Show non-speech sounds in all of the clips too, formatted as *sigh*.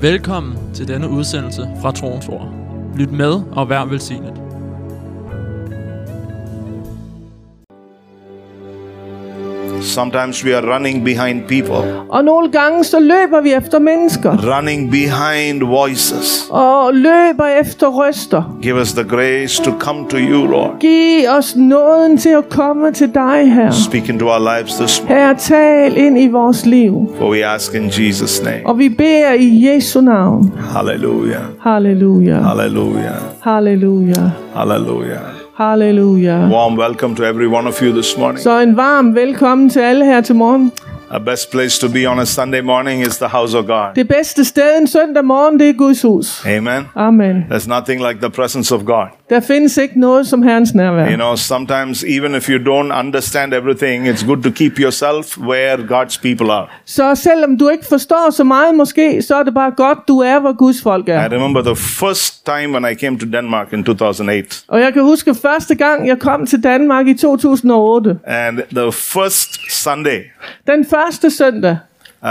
Velkommen til denne udsendelse fra Troens Ord. Lyt med og vær velsignet. Sometimes we are running behind people, Og nogle gange så løber vi efter mennesker. running behind voices. Og løber efter røster. Give us the grace to come to you, Lord. Giv os nåden til at komme til dig her. Speak into our lives this morning. Herre, tal ind i vores liv. For we ask in Jesus' name. Og vi beder i Jesu navn. Hallelujah. Halleluja. Hallelujah. Halleluja. Hallelujah. Halleluja. Warm welcome to every one of you this morning. Så en varm velkommen til alle her til morgen. The best place to be on a Sunday morning is the house of God. Det bedste sted en søndag morgen, det er Guds hus. Amen. Amen. There's nothing like the presence of God. Der findes ikke noget som Herrens nærvær. You know, sometimes even if you don't understand everything, it's good to keep yourself where God's people are. Så selvom du ikke forstår så meget måske, så er det bare godt, du er, hvor Guds folk I er. remember the first time when I came to Denmark in 2008. Og jeg kan huske første gang, jeg kom til Danmark i 2008. And the first Sunday, Den første søndag. uh,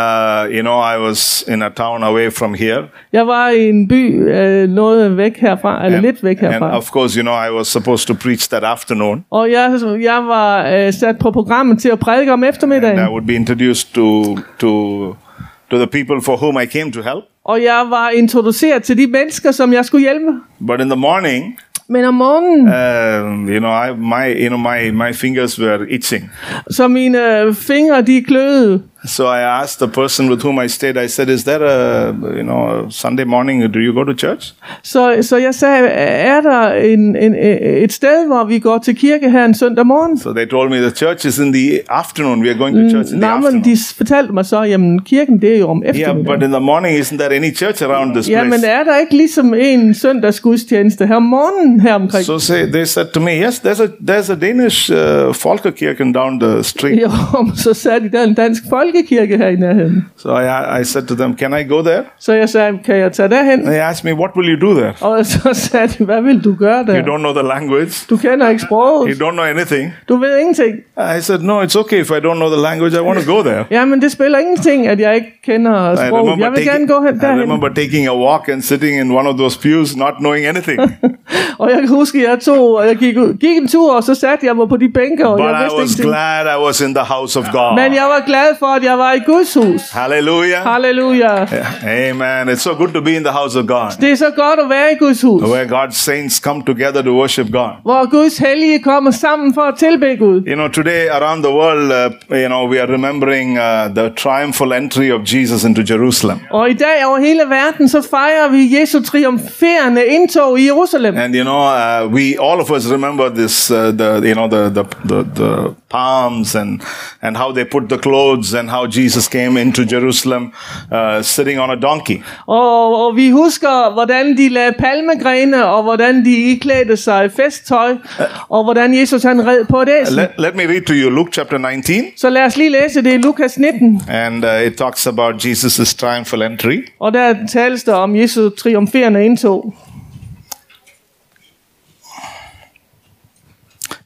you know, I was in a town away from here. Jeg var i en by øh, noget væk herfra, eller lidt væk and herfra. of course, you know, I was supposed to preach that afternoon. Og jeg, jeg var øh, sat på programmet til at prædike om And I eftermiddagen. would be introduced to, to, to the people for whom I came to help. Og jeg var introduceret til de mennesker, som jeg skulle hjælpe. But in the morning, Men om morgenen, um, you know, I, my, you know my, my fingers were itching. så mine øh, fingre, de kløede. So I asked the person with whom I stayed, I said, Is there a, you know, Sunday morning, do you go to church? Så, så jeg sagde, er der en, en, øh, et sted, hvor vi går til kirke her en søndag morgen? So they told me the church is in the afternoon. We are going to Mm, church in the Nej, afternoon. men de s- fortalte mig så, jamen kirken det er jo om Yeah, eftermiddagen. but in the morning, isn't there any church around this Ja, men place? er der ikke ligesom en søndagsgudstjeneste her om morgenen her omkring? So say, they said to me, yes, there's a there's a Danish uh, folkekirken down the street. Jo, men så sagde de, der er en dansk folkekirke her i nærheden. So I I said to them, can I go there? Så jeg sagde, kan jeg tage derhen? They asked me, what will you do there? Og så *laughs* sagde de, hvad vil du gøre You der? don't know the language. Du kender ikke You sproget. don't know anything. Du ved ingenting. I said, no, it's okay if I don't know the language. I want to go there. Jamen, det spiller ingenting, at jeg ikke kender I sproget. Jeg vil gerne gå hen I derhen. remember taking a walk and sitting in one of those pews, not knowing anything. Og jeg kan huske, at jeg tog, og jeg gik, ud- gik en tur, og så satte jeg mig på de bænker, og But I jeg was vidste ingenting. glad I was in the house of God. Men jeg var glad for, at jeg var i Guds hus. Hallelujah. Halleluja. Amen. It's so good to be in the house of God. Det er så godt at være i Guds hus. where God's saints come together to worship God. hvor Guds hellige kommer sammen for at tilbede Gud. You know, today around the world, uh, you know, we are remembering uh, the triumphal entry of Jesus into Jerusalem. Og i dag over hele verden, så fejrer vi Jesu triumferende indtog i Jerusalem. And you know, uh, we all of us remember this, uh, the you know, the the, the the palms and and how they put the clothes and how Jesus came into Jerusalem uh, sitting on a donkey. Og, og vi husker, hvordan de lagde palmegrene, og hvordan de iklædte sig festtøj, og hvordan Jesus han red på et æsel. Let, let me read to you Luke chapter 19, Så lad os lige læse det i Lukas 19, and uh, it talks about Jesus' triumphal entry. og der tales der om Jesu triumferende indtog.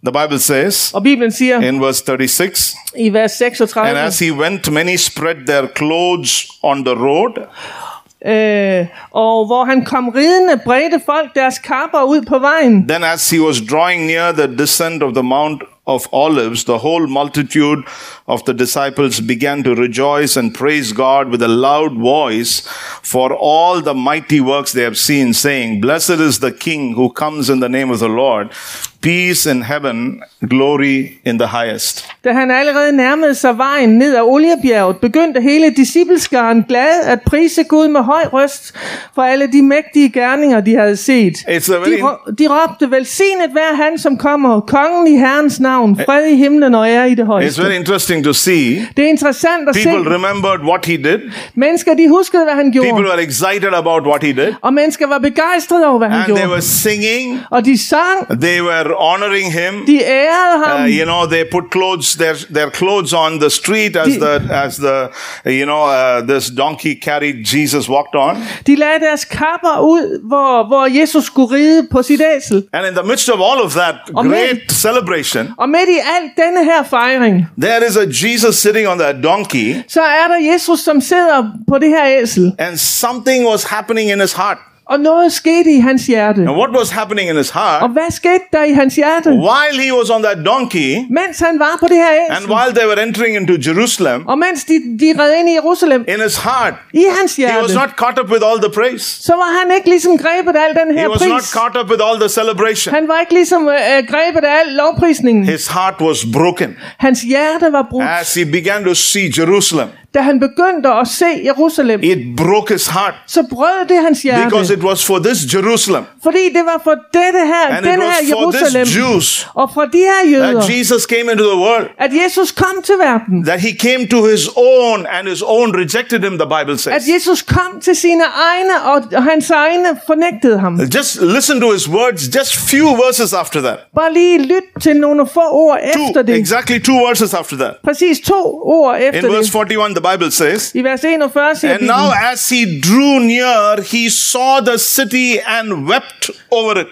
The Bible says Og Bibelen siger *laughs* in verse 36. i vers And 36, as he went, many spread their clothes on the road. øh, og hvor han kom ridende, bredte folk deres kapper ud på vejen. Then, as he was drawing near the descent of the Mount of Olives, the whole multitude of the disciples began to rejoice and praise God with a loud voice for all the mighty works they have seen, saying, Blessed is the King who comes in the name of the Lord. Peace in heaven, glory in the highest. Da han allerede nærmede sig vejen ned ad Oliebjerget, begyndte hele discipleskaren glad at prise Gud med høj røst for alle de mægtige gerninger, de havde set. It's a De, very rå- de råbte, velsignet vær han, som kommer, kongen i Herrens navn, fred i himlen og ære i det it's højeste. very interesting to see. Det er interessant at se. People remembered what he did. Mennesker, de huskede, hvad han People gjorde. were excited about what he did. Og mennesker var begejstrede over, hvad han And they gjorde. were singing. Og de sang, They were were honoring him. De ærede ham. Uh, you know, they put clothes their their clothes on the street as the as the you know uh, this donkey carried Jesus walked on. De lagde deres kapper ud, hvor, hvor Jesus skulle ride på sit æsel. And in the midst of all of that Amen. great celebration, Og midt i alt denne her fejring, there is a Jesus sitting on that donkey, så er der Jesus, som sidder på det her æsel. and something was happening in his heart. Og noget skete i hans hjerte. And what was happening in his Og heart? hvad skete der i hans hjerte? While he was on that donkey, Mens han var på det her and æsel, while they were entering into Jerusalem, og mens de, de red ind i Jerusalem, in his heart, i hans he was hjerte, not caught up with all the praise. så var han ikke ligesom grebet af al den He her was not pris. caught up with all the celebration. Han var ikke ligesom øh, øh, grebet af al lovprisningen. His heart was broken Hans hjerte var brudt. as he began to see Jerusalem. Da han begyndte at se Jerusalem, It broke his heart så brød det hans hjerte. because it was for this Jerusalem Fordi det var for dette her, and it den her was for uh, Jerusalem, this Jews og fra de her jøder, that Jesus came into the world. at Jesus kom til verden. That he came to his own and his own rejected him, the Bible At says. Jesus kom til sine egne, og og hans egne fornægtede ham. Just listen to his words, just few verses after that. Bare lige lyt til nogle få ord efter Two, det. exactly two verses after that. Præcis to ord In efter verse det. 41, the Bible says, I vers 41 siger And now Bibelen, as he drew near, he saw the city and wept over it.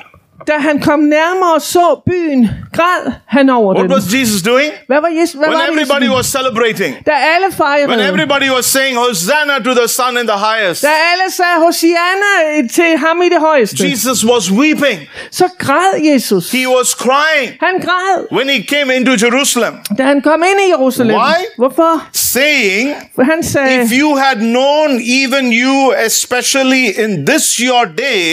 da han kom nærmere og så byen, græd han over What den. was Jesus doing? Hvad var Jesus? Hvad When var det, everybody Jesus? was celebrating, Da alle when fejrede. everybody was saying, Hosanna to the Son in the highest, Da alle sagde Hosianna til ham i det højeste, Jesus was weeping. så græd Jesus. He was crying Han græd, when he came into Jerusalem, da han kom ind i Jerusalem. Why? Hvorfor? saying, For han sagde, If you had known, even you, especially in this your day,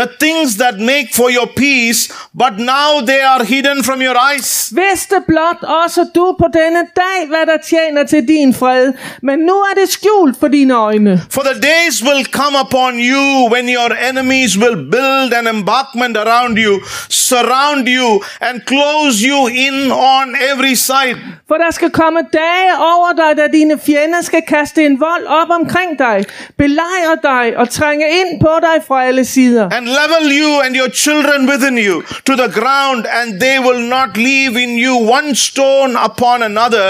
the things that make for your peace, but now they are hidden from your eyes. Vidste blot også du på denne dag, hvad der tjener til din fred, men nu er det skjult for dine øjne. For the days will come upon you when your enemies will build an embankment around you, surround you, and close you in on every side. For der skal komme dage over dig, da dine fjender skal kaste en vold op omkring dig, belejre dig og trænge ind på dig fra alle sider. And level you and your children within you to the ground, and they will not leave in you one stone upon another,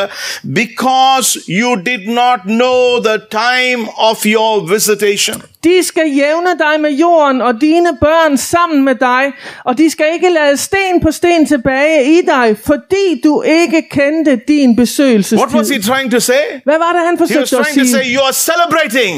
because you did not know the time of your visitation. De skal jævne dig med jorden og dine børn sammen med dig, og de skal ikke lade sten på sten tilbage i dig, fordi du ikke kendte din What was besøgelsestid. he trying to say? Hvad var det, han He was forsøgte at trying to say, sige? You are celebrating,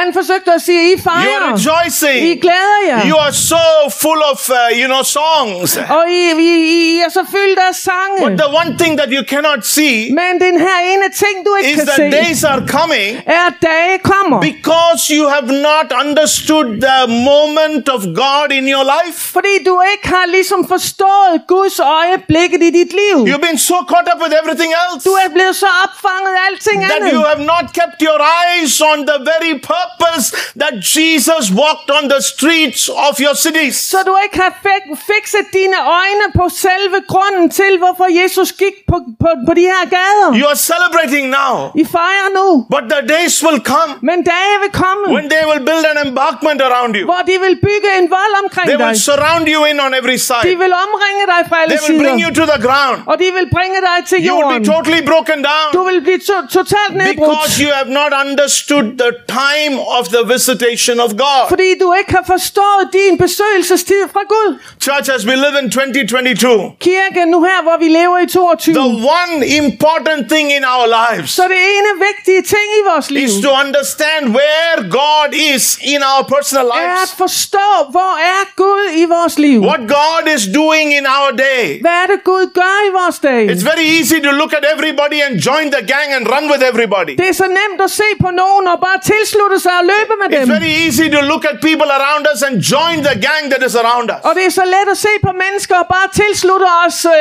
Han forsøgte at sige, I you are fejrer. I rejoicing, glæder jer. you are so full of, uh, you know, songs. Og I, I, I, I er så fyldt af sange. But the one thing that you cannot see Men den her ene ting, du ikke is kan that se, days are coming. er, at dage kommer. Because you have not understood the moment of God in your life. Fordi du ikke har ligesom forstået Guds øjeblikket i dit liv. You've been so caught up with everything else Du er blevet så opfanget af alting that andet. you have not kept your eyes on the very purpose that Jesus walked on the streets of your cities. Så du ikke har fik, fikset dine øjne på selve grunden til, hvorfor Jesus gik på, på, på de her gader. You are celebrating now, I fejrer nu. but the days will come Men dage vil komme, when they will build an embankment around you. hvor de vil bygge en vold omkring They will dig. surround you in on every De side. vil omringe dig fra alle They will bring sider. you to the ground. Og de vil bringe dig til You will jorden. be totally broken down. Du vil blive to- totalt nedbrudt, Because you have not understood the time of the visitation of God. fordi du ikke har forstået din besøgelsestid fra Gud. Church, as we live in 2022, Kirke, nu her, hvor vi lever i 22, the one important thing in our lives så det ene vigtige ting i vores liv is to understand where God is in our personal er at lives, forstå, hvor er Gud i vores liv? what God is doing in our day. Hvad er det, Gud gør i vores dag? It's very easy to look at everybody and join the gang and run with everybody. Det er så nemt at se på nogen og bare tilslutte sig og løbe med It's dem. very easy to look at people around us and join the gang that is around us. Og det er så let at se på mennesker og bare tilslutte os øh, øh,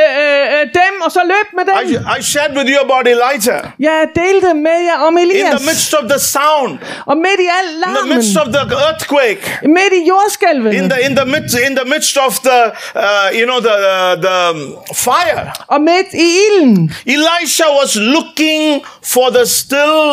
øh, dem og så løbe med I, dem. I shared with you about Elijah. Jeg delte med jer om In the Elias, midst of the sound, og midt i al in the larmen, midst of the earthquake, midt i jordskælvet, in the in the midst in the midst of the uh, you know the the um, fire og midt i ilden, elisha was looking for the still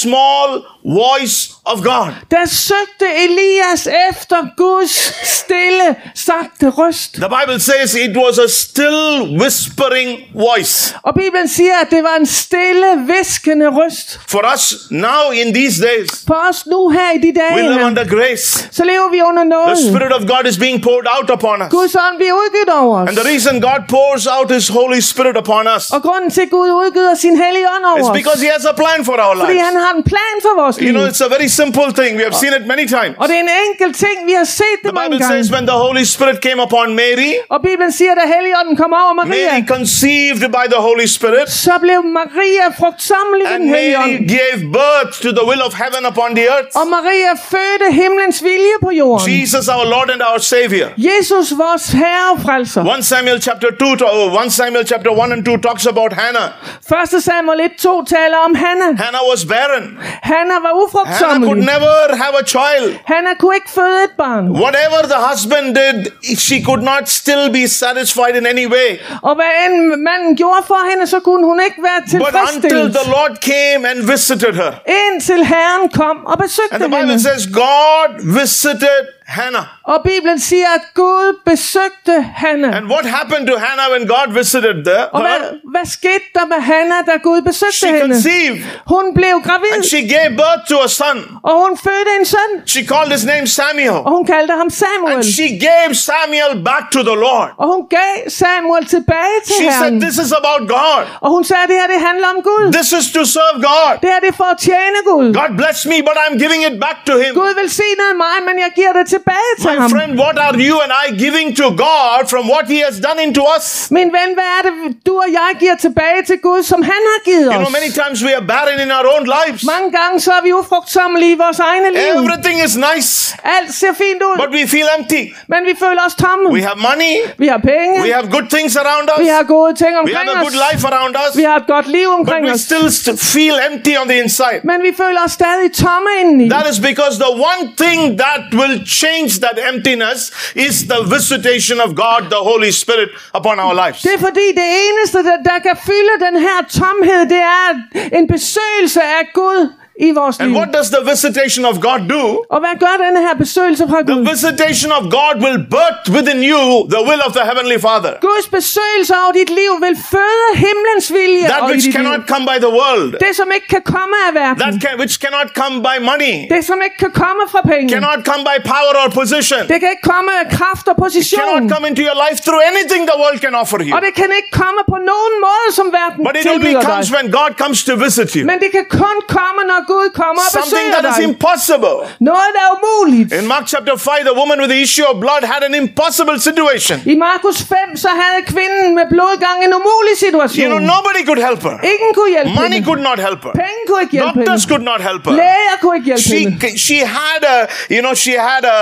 small voice of God. Der søgte Elias efter Guds stille, sagte røst. The Bible says it was a still whispering voice. Og Bibelen siger, at det var en stille, viskende røst. For us now in these days, For os nu her i de we live dage, under grace. så lever vi under The nåden. Spirit of God is being poured out upon us. Guds ånd bliver udgivet over os. And the reason God pours out His Holy Spirit upon us Og grunden til, at Gud udgiver sin hellige ånd over is os, because He has a plan for our fordi han lives. har en plan for vores You liv. know, it's a very simple thing. We have seen it many times. Og det er en enkel ting, vi har set det The mange Bible says gange. when the Holy Spirit came upon Mary, Og Bibelen siger, at da Helligånden kom over Maria, Mary conceived by the Holy Spirit, så blev Maria frugtsamlig i and den hellige ånd. Mary gave birth to the will of heaven upon the earth. Og Maria fødte himlens vilje på jorden. Jesus, our Lord and our Savior. Jesus, vores Herre og frelser. 1 Samuel chapter 2, to- oh, 1 Samuel chapter 1 and 2 talks about Hannah. 1. Samuel 1, 2 taler om Hanna. Hannah was barren. Hanna Hannah var could ufrugtsommelig. never have a child. Hanna kunne ikke føde et barn. Whatever the husband did, she could not still be satisfied in any way. Og hvad end manden gjorde for hende, så kunne hun ikke være But until tilfredsstillet. the Lord came and visited her. Indtil Herren kom og besøgte And the Bible hende. says God visited Hannah. Og Bibelen siger, at Gud besøgte Hanna. And what happened to Hannah when God visited the, Og hvad, her? hvad skete der med Hanna, da Gud besøgte She hende? conceived Hun blev gravid, and she gave birth to a son. og hun fødte en søn, She called his name og Samuel. hun kaldte ham Samuel. And she gave Samuel back to the Lord. Og hun gav Samuel tilbage til She Herren. said, This is about God. Og hun sagde, at det her det handler om Gud. This is to serve God. Det her det er for at tjene Gud. God bless me, but I'm giving it back to Him. Gud velsignede mig, men jeg giver det tilbage til My ham. friend, what are you and I giving to God from what He has done into us? Min ven, hvad er det, du og jeg giver tilbage til Gud, som han har givet You os? know, many times we are barren in our own lives. Mange gange så er vi ufrugtsammelige i vores egne liv. Everything is nice, Alt ser fint ud, but we feel empty. men vi føler os tomme. We have money, Vi har penge. we have good things around Vi har us, gode ting we have omkring a os. good life around us, Vi har et godt liv but omkring we os. still st- feel empty on the inside. Men vi føler os stadig tomme indeni. That is because the one thing that will change that emptiness is the visitation of God, the Holy Spirit, upon our lives. Det er fordi det eneste, der, der kan fylde den her tomhed, det er en besøgelse af Gud i vores And liv. what does the visitation of God do? Og hvad gør denne her besøgelse fra Gud? Visitation of God will birth within you the will of the Heavenly Father. Guds besøgelse over dit liv vil føde himlens vilje That over dit which liv. cannot come by the world, Det, som ikke kan komme af verden. that can, which cannot come by money, Det, som ikke kan komme fra penge. cannot come by power or position, Det kan ikke komme af kraft og position. cannot come into your life through anything the world can offer you. Og det kan ikke komme på nogen måde, som verden But it only tilbyder dig. comes when God comes to visit you. Men det kan kun komme, når Gud kommer og Something besøger that is dig. impossible. Noget, der er umuligt. In Mark chapter 5, the woman with the issue of blood had an impossible situation. I Markus 5, så havde kvinden med blodgang en umulig situation. You know, nobody could help her. Ingen kunne hjælpe Money hende. could not help her. Penge kunne ikke hjælpe Doctors hende. could not help her. Læger kunne ikke hjælpe she hende. she had a you know she had a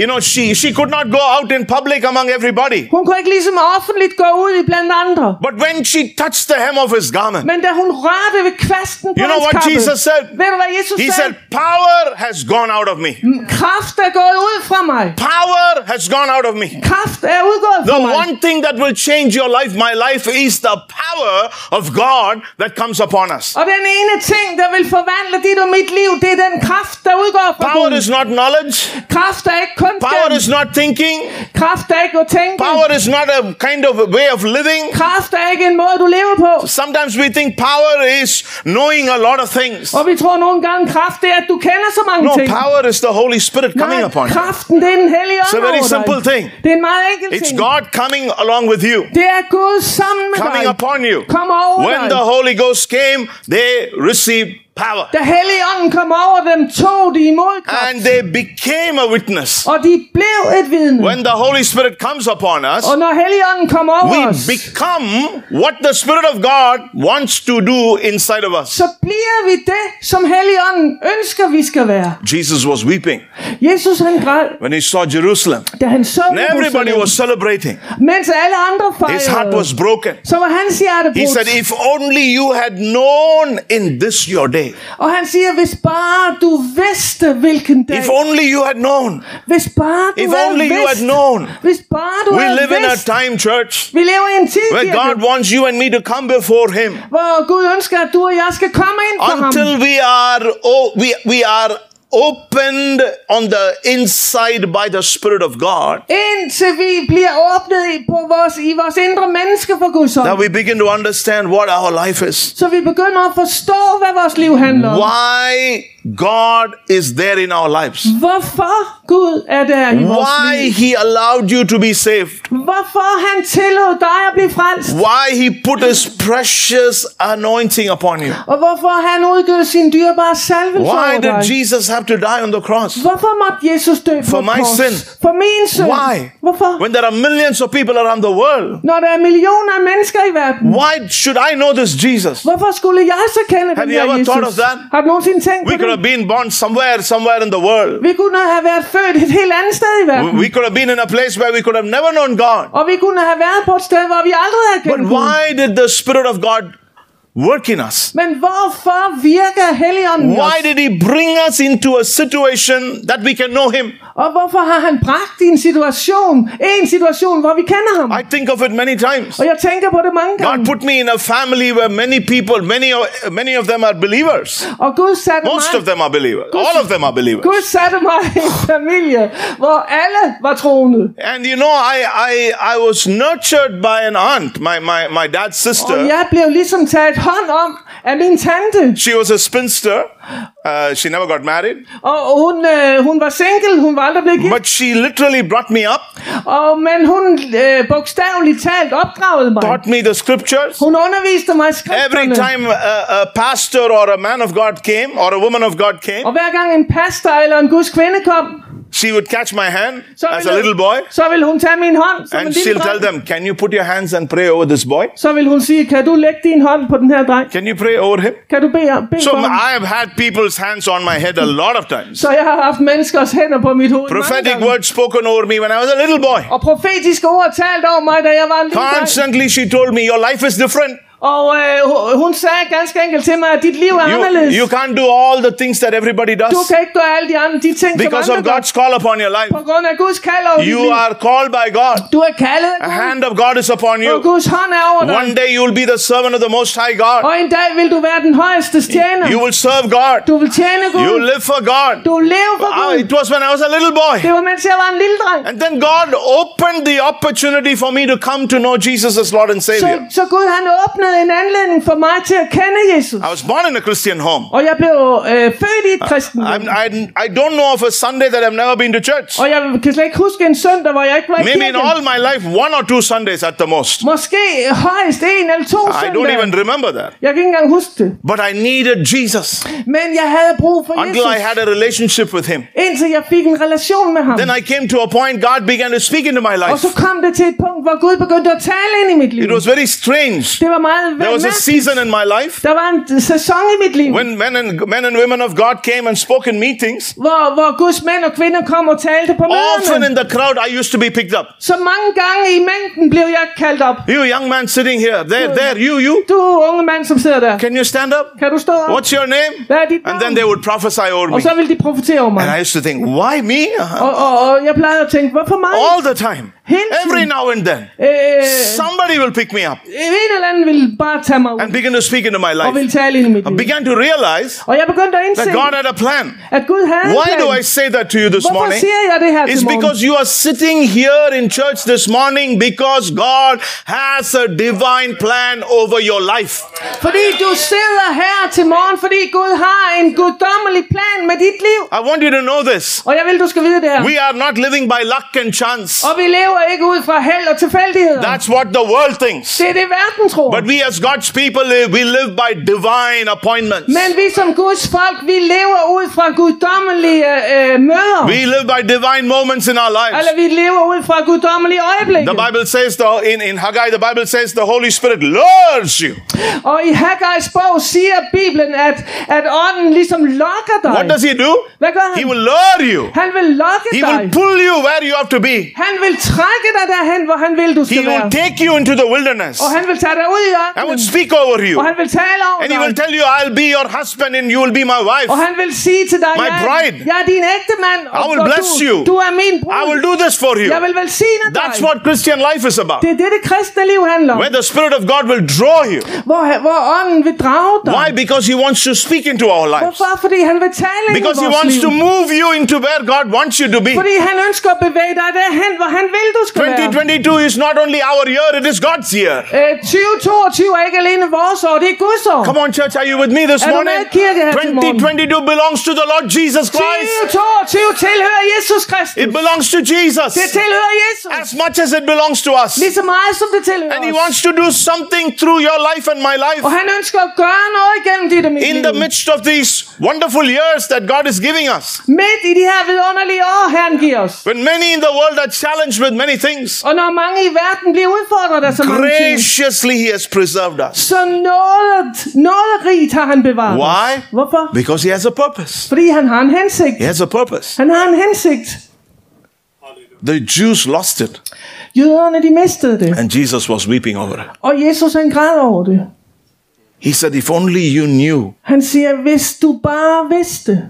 you know she she could not go out in public among everybody Hun kunne ikke ligesom offentligt gå ud i blandt andre. but when she touched the hem of his garment Men da hun rørte ved kvasten på you know hans what kappe, jesus said ved du hvad Jesus he sagde? said power has gone out of me Kraft er gået ud fra mig. power has gone out of me Kraft er udgået the fra mig. one thing that will change your life my life is the power of god that comes upon us Og den ene ting, der vil forvandle dit og mit liv, det er den kraft, der udgår fra power Gud. is not knowledge Kraft er ikke power kundskab. is not thinking Kraft er ikke at tænke. power is not a kind of a way of living Kraft er ikke en måde, du lever på. sometimes we think power is knowing a lot of things Og vi tror nogle gange, kraft det er, at du kender så mange No, ting. power is the Holy Spirit coming Nej, upon you. kraften, det er den hellige ånd It's a very over dig. simple thing. Det er en meget enkel It's ting. God coming along with you, Det er Gud sammen med coming dig. upon you. Kom over When dig. the Holy Ghost came, they received power Da helligånden kom over dem, tog de imod kraft, and they became a witness. og de blev et vidne. When the Holy Spirit comes upon us, og når helligånden kom over we os, become what the Spirit of God wants to do inside of us. så bliver vi det, som helligånden ønsker, vi skal være. Jesus was weeping Jesus han græd, when he saw Jerusalem. da han så And everybody Jerusalem, was celebrating. mens alle andre His heart fejrede. was broken. så var hans hjerte He brudt. said, If only you had known in this your day. og han siger, hvis bare du vidste, hvilken dag. If only you had known. Hvis bare du If havde only you vidst, had known. Hvis bare du We havde live in a vidst. time, church, Vi lever i en tid, where kirke, God wants you and me to come before Him hvor Gud ønsker, at du og jeg skal komme ind for ham. until we are oh we we are opened on the inside by the Spirit of God, Indtil vi bliver åbnet i, på vores, i vores indre menneske for Guds that ånd. we begin to understand what our life is. Så vi begynder at forstå, hvad vores liv handler om. Why God is there in our lives. Mm. Hvorfor Gud er der i vores Why liv. He allowed you to be saved. Hvorfor han tillod dig at blive frelst. Why He put His precious anointing upon you. Og hvorfor han udgød sin dyrebare salvelse Why over dig. did Jesus have to die on the cross? Hvorfor måtte Jesus dø på For et my kors? sin. For min synd. Why? Hvorfor? When there are millions of people around the world, Når der er millioner af mennesker i verden. why should I know this Jesus? Hvorfor skulle jeg så kende Have den you her ever Jesus? thought of that? Har du nogensinde tænkt We på could det? have been born somewhere, somewhere in the world. Vi kunne have været født et helt andet sted i verden. We could have been in a place where we could have never known God. Og vi kunne have været på et sted, hvor vi aldrig havde But kendt Gud. why did the Spirit of God work in us? Men hvorfor virker Helligånden i os? Why did He bring us into a situation that we can know Him? Og hvorfor har han bragt i en situation, en situation, hvor vi kender ham? I think of it many times. Og jeg tænker på det mange gange. God put me in a family where many people, many of, many of them are believers. Og Gud satte Most mig, of them are believers. All of them are believers. Gud satte mig i en familie, hvor alle var troende. And you know, I, I, I was nurtured by an aunt, my, my, my dad's Og sister. jeg blev ligesom taget hånd om af min tante. She was a spinster. Uh, she never got married. Og hun, øh, hun var single, hun var aldrig blevet gift. But she literally brought me up, Og, men hun øh, bogstaveligt talt opdragede mig. taught me the scriptures. Hun underviste mig i Every skrifterne. time a, a pastor or a man of God came or a woman of God came, Og hver gang en pastor eller en guds kvinde kom, she would catch my hand så as a ville, Altså, little boy så ville hun tage min hånd. Som en and lille she'll tell dreng. them, Can you put your hands and pray over this boy? Så ville hun sige, kan du lægge din hånd på den her dreng? Can you pray over him? Kan du bede, om- bede So for ham? I have had people's hands on my head a lot of times. Så jeg har haft menneskers hænder på mit hoved mange Prophetic gange. words spoken over me when I was a little boy. Og profetiske ord talt over mig, da jeg var en lille dreng. Constantly, she told me, Your life is different. Og øh, hu- hun sagde ganske enkelt til mig, at dit liv er You, anderledes. you can't do all the things that everybody does Du kan ikke gøre alle de andre de ting, because som of andre gør. God's call upon your life. På grund af Guds kald over dit You liv. are called by God. Du er kaldet af The Gud, hand of God is upon og you. Guds hånd er over dig. One day you will be the servant of the Most High God. Og en dag vil du være den højeste tjener. You will serve God. Du vil tjene Gud. You live for God. Du vil leve for Ah, Gud. it was when I was a little Det boy. var mens jeg var en lille dreng. And then God opened the opportunity for me to come to know Jesus as Lord and Så, Savior. så Gud han åbnede en anledning for mig til at kende Jesus. I was born in a Christian home. Og jeg blev øh, født i et kristent. Ah, I'm, I, I don't know of a Sunday that I've never been to church. Og jeg kan slet ikke huske en søndag, hvor jeg ikke var i Maybe in kirken. all my life, one or two Sundays at the most. Måske højst en eller to I don't søndage. even remember that. Jeg kan ikke engang huske det. But I needed Jesus Men jeg havde brug for until I Jesus, had a relationship with Him. indtil jeg fik en relation med ham. Then I came to a point, God began to speak into my Og life. så kom det til et punkt, hvor Gud begyndte at tale ind i mit liv. It was very strange. Det var meget There was a mærkeligt. season in my life Der var en sæson i mit liv, when men and, men and women of God came and spoke in meetings. hvor, hvor Guds mænd og kvinder kom og talte på Often møderne. in the crowd, I used to be picked up. Så mange gange i mængden blev jeg kaldt op. You young man sitting here, there, there, you, you. Du unge mand, som sidder der. Can you stand up? Kan du stå op? What's your name? Hvad er dit And then navn? they would prophesy over Og me. så ville de profetere over mig. And I used to think, why me? Og, og, og jeg plejede at tænke, hvorfor mig? All the time. Every now and then. Øh, Somebody will pick me up en eller anden ville bare tage mig ud and begin to speak into my og life. ville tale ind i mit I liv. began to realize Og jeg begyndte at that indse, God had a plan. at Gud havde en Why plan. do I say that to you this Hvorfor morning? siger jeg det her It's til morgen? because you are sitting here in church this morning because God has a divine plan over your life. Fordi du sidder her til morgen, fordi Gud har en guddommelig plan med dit liv. I want you to know this. Og jeg vil, du skal vide det her. We are not living by luck and chance. Og vi lever ikke ud fra held og tilfældigheder. That's what the world thinks. Det er det, verden tror. But we as God's people live, we live by divine appointments. Men vi som Guds folk, vi lever ud fra guddommelige øh, møder. We live by divine moments in our lives. Eller vi lever ud fra guddommelige øjeblikke. The Bible says the, in, in Haggai, the Bible says the Holy Spirit lures you. Og i Haggai's bog siger Bibelen, at, at ånden ligesom lokker dig. What does he do? Hvad gør han? He will lure you. Han vil lokke He dig. will pull you where you have to be. Han vil trække dig derhen, hvor han vil, du He skal være. will Oh, take you into the Og wilderness. han vil tage dig ud i I ørkenen. will speak over you. Og han vil tale over And he will dig. tell you, I'll be your husband and you will be my wife. Og han vil sige til dig, My jeg, bride. jeg er din ægte mand, og, I will og bless du, you. du er min bror. I will do this for you. Jeg vil velsigne That's dig. what Christian life is about. Det er det, det kristne liv handler om. Where the Spirit of God will draw you. Hvor, hvor ånden vil drage dig. Why? Because He wants to speak into our lives. Hvorfor? Fordi han vil tale ind i Because He vores wants liv. to move you into where God wants you to be. Fordi han ønsker at bevæge dig derhen, hvor han vil, du skal være. 2022 is not only our year, it is God's year. Øh, 2022 er ikke alene vores år, det er Guds år. Come on, church, are you with me this Er du morning? med i kirke her til morgen? 2022 belongs to the Lord Jesus Christ. 2022 tilhører Jesus Kristus. It belongs to Det Jesus tilhører Jesus. as much as it belongs to us. Lige så meget som det tilhører And He os. wants to do something through your life and my Og life han ønsker at gøre noget igennem dit og mit in liv. the midst of these wonderful years that God is giving us. Midt i de her vidunderlige år, Herren giver os. When many in the world are challenged with many things, Og når mange i verden bliver udfordret af så mange ting, graciously He has preserved us. så noget, noget rigt har han bevaret os. Why? Hvorfor? Because He has a purpose. Fordi han har en hensigt. He has a purpose. Han har en hensigt. The Jews lost it, Jøderne, de mistede det. and Jesus was weeping over it. Og Jesus, han græd over det. He said, If only you knew Han siger, hvis du bare vidste,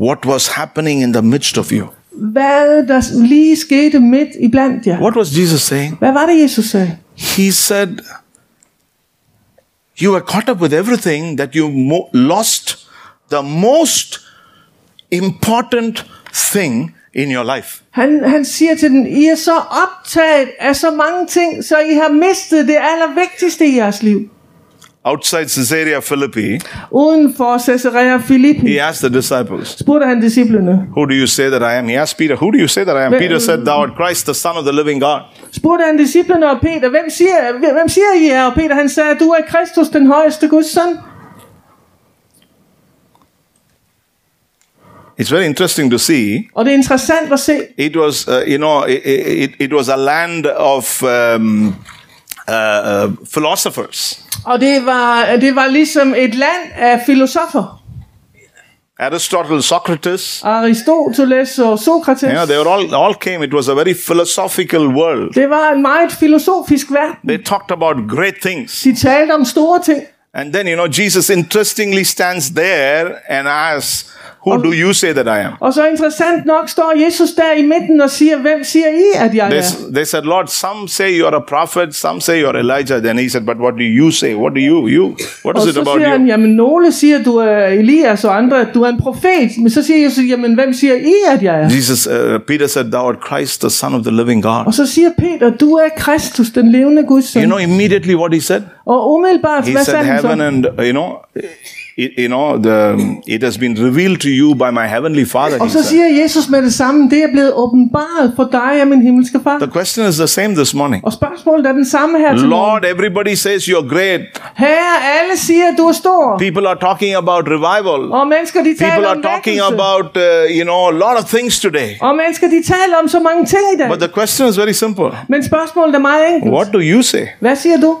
what was happening in the midst of you. hvad der lige skete midt i blandt jer. What was Jesus saying? Hvad var det, Jesus sagde? He said, You were caught up with everything that you mo- lost the most important thing in your life. Han, han siger til dem, I er så optaget af så mange ting, så I har mistet det allervigtigste i jeres liv. Outside Caesarea Philippi, Uden for Caesarea Philippi he asked the disciples, spurgte han disciplene. Who do you say that I am? He asked Peter, Who do you say that I am? Wait, Peter wait, said, Thou art Christ, the Son of the living God. Spurgte han disciplene og Peter, hvem siger, hvem siger I er? Og Peter han sagde, du er Kristus, den højeste Guds søn. It's very interesting to see Og det er interessant at se, it was uh, you know it, it, it was a land of um, uh, uh, philosophers og det var, det var ligesom et land af filosofer. aristotle socrates Aristoteles og Sokrates. you know they were all all came it was a very philosophical world Det var en meget filosofisk verden. they talked about great things De talte om store ting. and then you know jesus interestingly stands there and asks who do you say that i am Og så interessant nok står Jesus der i midten og siger, hvem siger I, at jeg they, er? s- they said lord some say you're a prophet some say you're elijah then he said but what do you say what do you you what Og is it så about siger han, you jamen nogle siger, du er Elias, og andre, at du er en profet. Men så siger Jesus, jamen hvem siger I, at jeg er? jesus uh, peter said thou art christ the son of the living god Og så siger Peter, du er Kristus, den levende Guds You søn. know immediately what he said? Og umiddelbart, He hvad said, sagde han Heaven så? and, you know, it, you know the, it has been revealed to you by my heavenly Father. Og He så said. siger Jesus med det samme, det er blevet åbenbaret for dig af min himmelske far. The question is the same this morning. Og spørgsmålet er den samme her til morgen. Lord, everybody says you're great. Oh. Herre, alle siger, at du er stor. People are talking about revival. Og mennesker, de People taler are om talking vækkelse. about, uh, you know, a lot of things today. Og mennesker, de taler om så mange ting i dag. But the question is very simple. Men spørgsmålet er meget enkelt. What do you say? Hvad siger du?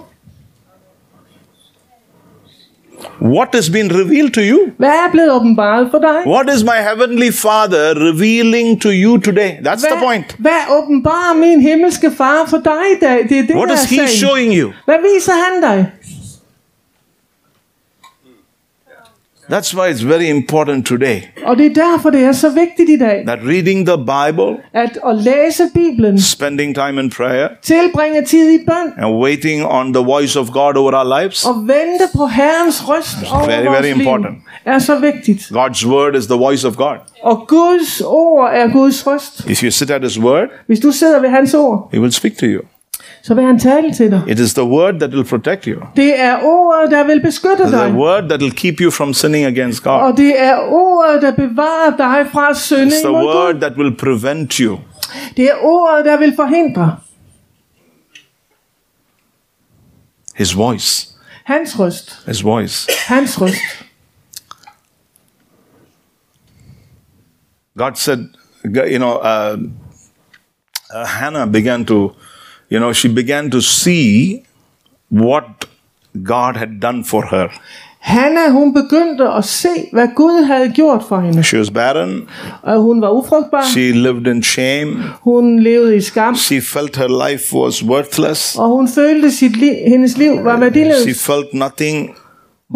What has been revealed to you? Hvad er blevet åbenbaret for dig? What is my heavenly Father revealing to you today? That's the Hvad, point. hvad åbenbarer min himmelske far for dig i dag? Det er det, What der is er He sagen. showing you? Hvad viser han dig? That's why it's very important today Og det er derfor, det er så vigtigt i dag, that reading the Bible at at læse Bibelen, spending time in prayer tilbringe tid i bøn, and waiting on the voice of God over our lives. og vente på Herrens røst over Very, vores very important. liv, er så vigtigt. God's word is the voice of God. Og Guds ord er Guds røst. If you sit at His word, Hvis du sidder ved hans ord, He will speak to you. så vil han tale til dig. It is the word that will protect you, Det er ordet, der vil beskytte It is the dig. word that will keep you from sinning against God. Og det er ordet, der bevarer dig fra at synde It's the imod Gud. word that will prevent you. Det er ordet, der vil forhindre His voice. hans røst. His voice. Hans røst. God said, you know, uh, uh, Hannah began to, you know, she began to see what God had done for her. Hanna, hun begyndte at se, hvad Gud havde gjort for hende. She was barren. Og hun var ufrugtbar. She lived in shame. Hun levede i skam. She felt her life was worthless. Og hun følte, sit li- hendes liv var She værdiløst. felt nothing.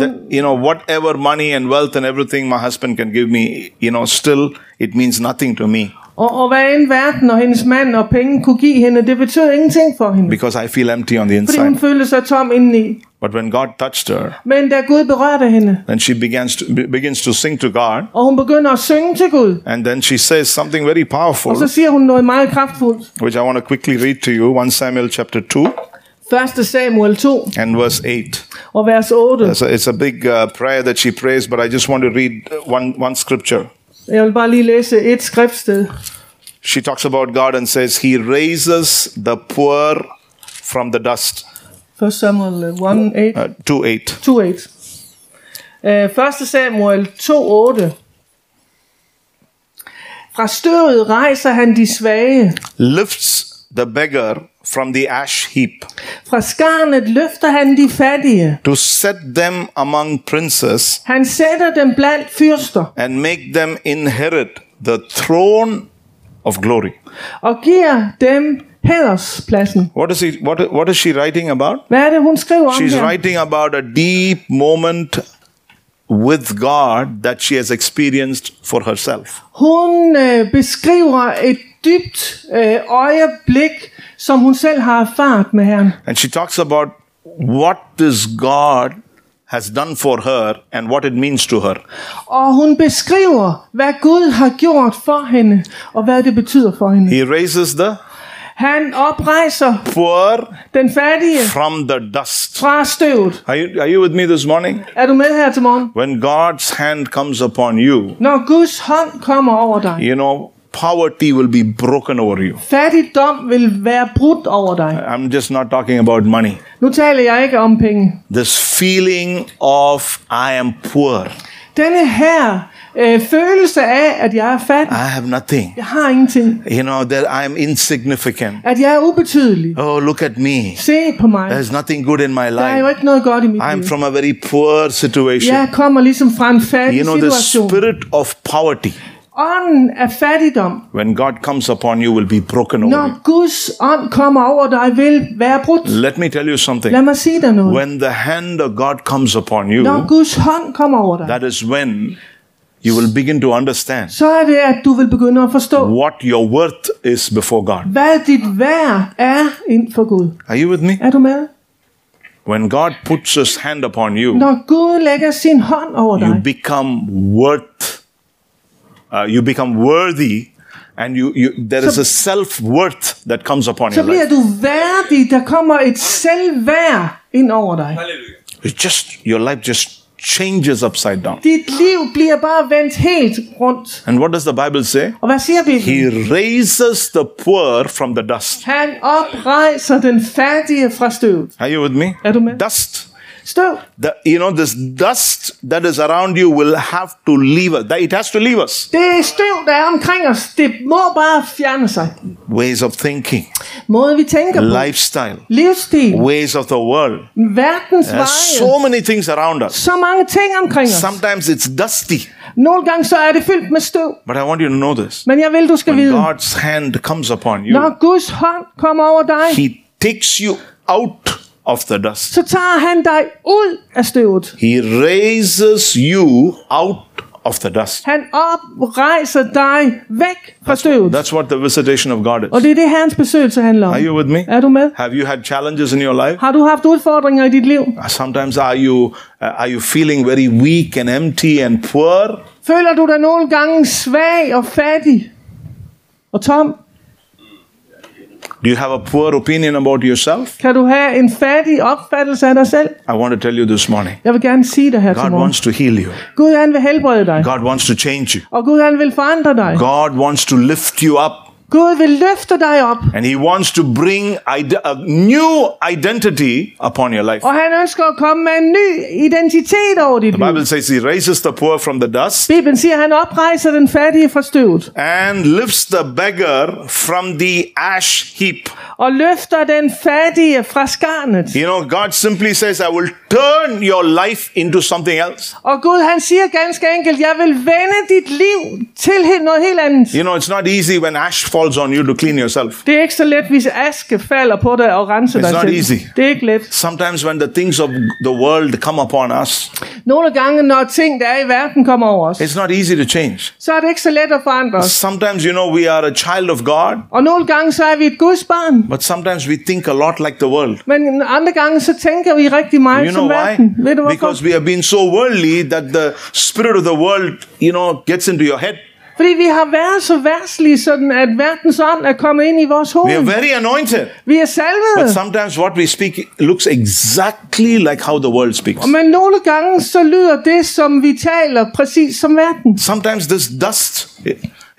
That, you know, whatever money and wealth and everything my husband can give me, you know, still it means nothing to me Og, og hvad end verden og hendes mand og penge kunne give hende, det betød ingenting for hende. because I feel empty on the Fordi hun inside. følte sig tom indeni. But when God touched her, Men da Gud berørte hende, then she begins to, be- begins to sing to God, og hun begynder at synge til Gud, and then she says something very og powerful, så siger hun noget meget kraftfuldt. which I want to quickly read to you 1 Samuel chapter 2 1. Samuel 2 and verse 8. og vers 8. It's a, it's a big uh, prayer that she prays, but I just want to read one, one scripture. Jeg vil bare lige læse et skriftsted. She talks about God and says, He raises the poor from the dust. 1. Samuel øh, 1, 8. Uh, 2 8. 2.8. Øh, 1. Samuel 2.8. Fra støvet rejser han de svage. Lifts the beggar from the ash heap Fra skarnet løfter han de fattige. to set them among princes Han sætter dem blandt fyrster and make them inherit the throne of glory. og giver dem hæderspladsen. What is, he, what, what is she writing about? Hvad er det, hun skriver om She's her? writing about a deep moment with God that she has experienced for herself. Hun øh, beskriver et dybt øh, øjeblik, som hun selv har erfaret med Herren. And she talks about what this God has done for her and what it means to her. Og hun beskriver, hvad Gud har gjort for hende, og hvad det betyder for hende. He raises the Han oprejser poor den fattige from the dust. fra støvet. Are you, are you with me this morning? Er du med her til morgen? When God's hand comes upon you, Når Guds hånd kommer over dig, you know, poverty will be broken over you. fattigdom vil være brudt over dig. I'm just not talking about money. Nu taler jeg ikke om penge. This feeling of I am poor, Denne her øh, følelse af, at jeg er fattig, I have nothing. jeg har ingenting, You know, that I am insignificant. at jeg er ubetydelig. Oh, look at me. Se på mig. There's nothing good in my Der er jo life. ikke noget godt i mit I'm liv. from a very poor situation. Jeg kommer ligesom fra en fattig You know, the situation. spirit of poverty, Ånden af fattigdom, when God comes upon you, will be broken over you. når Guds ånd kommer over dig, vil være brudt. Let me tell you Lad something. mig sige dig noget. When the hand of God comes upon you, Når Guds hånd kommer over dig, that is when you will begin to understand så er det, at du vil begynde at forstå, what your worth is before God. hvad dit værd er ind for Gud. Are you with me? Er du med? When God puts his hand upon you, Når Gud lægger sin hånd over you dig, become worth, uh, you become worthy, and you, you there is a self worth that comes upon så your bliver life. du værdig. Der kommer et selvværd ind over dig. It just your life just changes upside down. Dit liv bliver bare vendt helt rundt. And what does the Bible say? Og hvad siger Bibelen? He raises the poor from the dust. Han oprejser den fattige fra støvet. Are you with me? Er du med? Dust. Støv. The, you know, this dust that is around you will have to leave us. It has to leave us. Det støv, der er omkring os, det må bare fjerne sig. Ways of thinking, Måde vi tænker på. lifestyle, Livsstil. ways of the world. Verdens There's veje. so many things around us. Så mange ting omkring os. Sometimes it's dusty. Nogle gange så er det fyldt med støv, But I want you to know this. men jeg vil, du skal When vide, God's hand comes upon you, når Guds hånd kommer over dig, He takes you out of the dust. så tager han dig ud af støvet. He raises you out of the dust. Han oprejser dig væk fra støvet. That's what the visitation of God Og is. det er det, hans besøgelse handler om. Are you with me? Er du med? Have you had challenges in your life? Har du haft udfordringer i dit liv? Uh, Sometimes are you uh, are you feeling very weak and empty and poor? Føler du dig nogle gange svag og fattig? Og tom? Do you have a poor opinion about yourself? Kan du have en fattig opfattelse af dig selv? I want to tell you this morning. Jeg vil gerne sige det her til God morgen. wants to heal you. Gud han vil helbrede dig. God wants to change you. Og Gud han vil forandre dig. God wants to lift you up. Gud vil løfte dig op, And He wants to bring ide- a new identity upon your life. og han ønsker at komme med en ny identitet over dit The Bible liv. says He raises the poor from the dust Bibelen siger, at han oprejser den fattige fra støvet, and lifts the beggar from the ash heap. og løfter den fattige fra skarnet. You know, God simply says, I will turn your life into something else. Og Gud han siger ganske enkelt, jeg vil vende dit liv til he- noget helt andet. You know, it's not easy when ash falls on you to clean yourself. Det er ikke så let, hvis aske falder på dig og renser It's dig not selv. easy. Det er ikke let. Sometimes when the things of the world come upon us, Nogle gange, når ting, der er i verden, kommer over os, it's not easy to change. så er det ikke så let at forandre os. Sometimes, you know, we are a child of God, Og nogle gange, så er vi et Guds barn. but sometimes we think a lot like the world. Men andre gange, så tænker vi rigtig meget You know som why? verden. Ved du hvorfor? Because we have been so worldly that the spirit of the world, you know, gets into your head. Fordi vi har været så værtslige, sådan at verdens ånd er kommet ind i vores We are hoved. very anointed, Vi er but salvede. sometimes what we speak looks exactly like how the world speaks. Men nogle gange, så lyder det, som vi taler, præcis som verden. Sometimes this dust,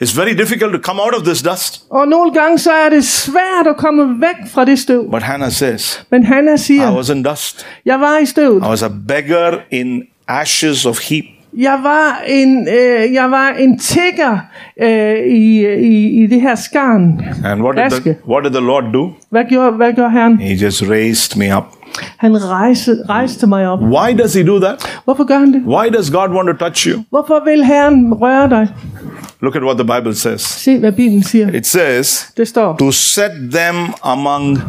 it's very difficult to come out of this dust. Og nogle gange, så er det svært at komme væk fra det støv. But Hannah says, Men Hanna I siger, was in dust. jeg var i støvet. I was a beggar in ashes of heap. Jeg var en, øh, jeg var en tigger øh, i, i, i det her skarn. And what did, the, Aske. what did the Lord do? Hvad gjorde, hvad gjorde herren? He just raised me up. Han rejste, rejste mig op. Why does He do that? Hvorfor gør han det? Why does God want to touch you? Hvorfor vil herren røre dig? Look at what the Bible says. Se, hvad Bibelen siger. It says, Det står, to set them among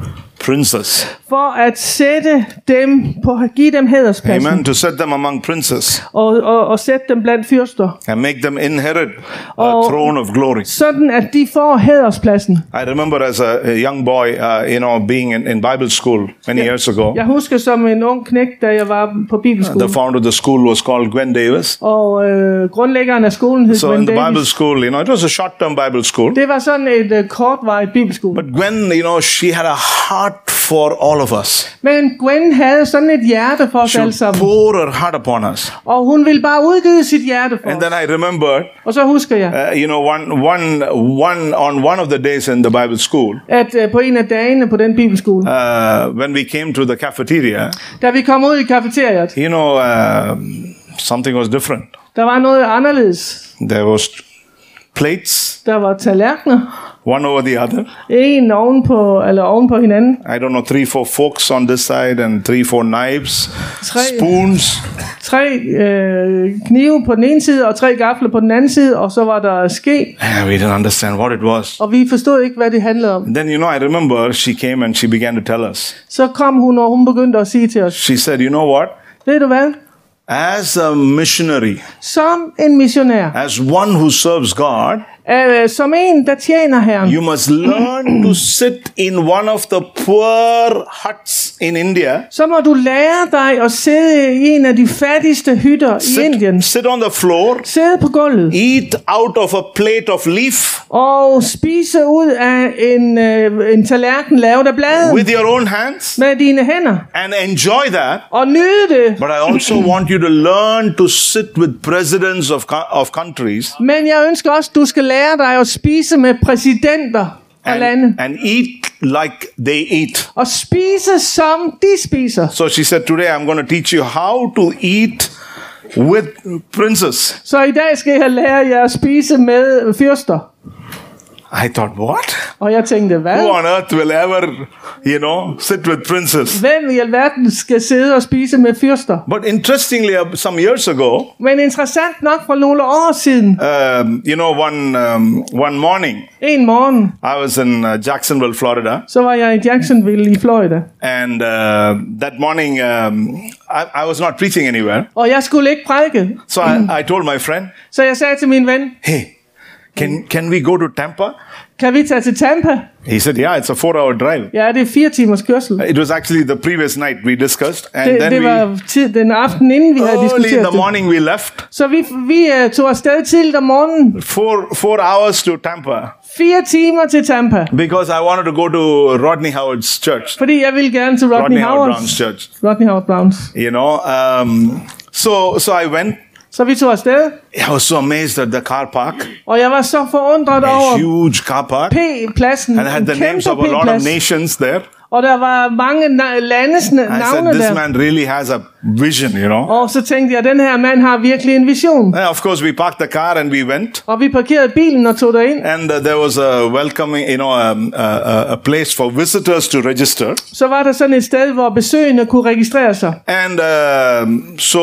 princes. for at sætte dem på, give dem hæderspladsen, Amen. To set them among princes og, og, og sætte dem blandt fyrster, and make them inherit a Oh. throne of glory. sådan at de får hæderspladsen. I remember as a, a young boy, uh, you know, being in, in Bible school many years ago. Jeg husker som en ung knægt, da jeg var på The bibelskolen, founder of the school was called Gwen Davis. og øh, grundlæggeren af skolen hed So Gwen in the Davis. Bible school, you know, it was a short-term Bible school. Det var sådan et øh, kortvarigt bibelskole. But Gwen, you know, she had a heart for all of us. Men Gwen havde sådan et hjerte for os She alle would sammen, pour her heart upon us. og hun ville bare udgive sit hjerte for And os. then I remember, Og så husker jeg, uh, you know, one, one, one, on one of the days in the Bible school, at øh, på en af dagene på den bibelskole, uh, when we came to the cafeteria, da vi kom ud i kafeteriet, you know, um something was different. der var noget anderledes. There was plates, Der var tallerkener, one over the other. en oven på, eller oven på hinanden, I don't know, three, four forks on this side and three, four knives, Three. spoons. tre øh, knive på den ene side, og tre gafler på den anden side, og så var der ske, And we didn't understand what it was. og vi forstod ikke, hvad det handlede om. Then, you know, I remember she came and she began to tell us. Så kom hun, og hun begyndte at sige til os, She said, You know what? ved du hvad, As a missionary, som en missionær, as one who serves God, Øh, som en, der tjener herren, you must learn to sit in one of the poor huts in India. så må du lære dig at sidde i en af de fattigste hytter i Indien. Sit, sit on the floor, Sidde på gulvet eat out of a plate of leaf og spise ud af en, øh, en tallerken lavet af blade with your own hands med dine hænder. and enjoy that. Og nyde det. But I also want you to learn to sit with presidents of, co- of countries Men jeg ønsker også, du skal lære dig at spise med præsidenter og lande. and, and eat like they eat. Og spise som de spiser. So she said, Today I'm going to teach you how to eat with princes. Så i dag skal jeg lære jer at spise med fyrster. I thought, What? Og jeg tænkte, hvad? Who on earth will ever, you know, sit with princes? Hvem i alverden skal sidde og spise med fyrster? But interestingly, uh, some years ago, Men interessant nok for nogle år siden, um, you know, one, um, one morning, en morgen, I was in uh, Jacksonville, Florida, så var jeg i Jacksonville i Florida. and uh, that morning um, I, I was not preaching anywhere. Og jeg skulle ikke prædike. So I, I told my friend, Så jeg sagde til min ven, hey, can, can we go to Tampa? kan vi tage til Tampa? He said, yeah, it's a four hour drive. Ja, det er fire timers kørsel. It was actually the previous night we discussed. And Det, then det we, var tid, den aften, inden vi havde early in diskuteret the det. morning we left, Så vi, vi uh, tog afsted tidligt om morgenen. four, four hours to Tampa Fire timer til Tampa. because I wanted to go to Rodney Howard's church, Fordi jeg ville gerne til Rodney Rodney Howard Howard's. Brown's church. Rodney Howard Browns. You know, um, so, so I went Så vi tog afsted, I was so amazed at the car park, og jeg var så forundret a over huge car park, P-pladsen, and I had en the names kæmpe of a lot of P-plads, nations there. og der var mange na- landes na- I said, navne this der. man really has a vision, you know. Og så tænkte jeg, den her mand har virkelig en vision. And of course, we parked the car and we went. Og vi parkerede bilen og tog derind. And uh, there was a welcoming, you know, um, a, a, a place for visitors to register. Så var der sådan et sted, hvor besøgende kunne registrere sig. And um, so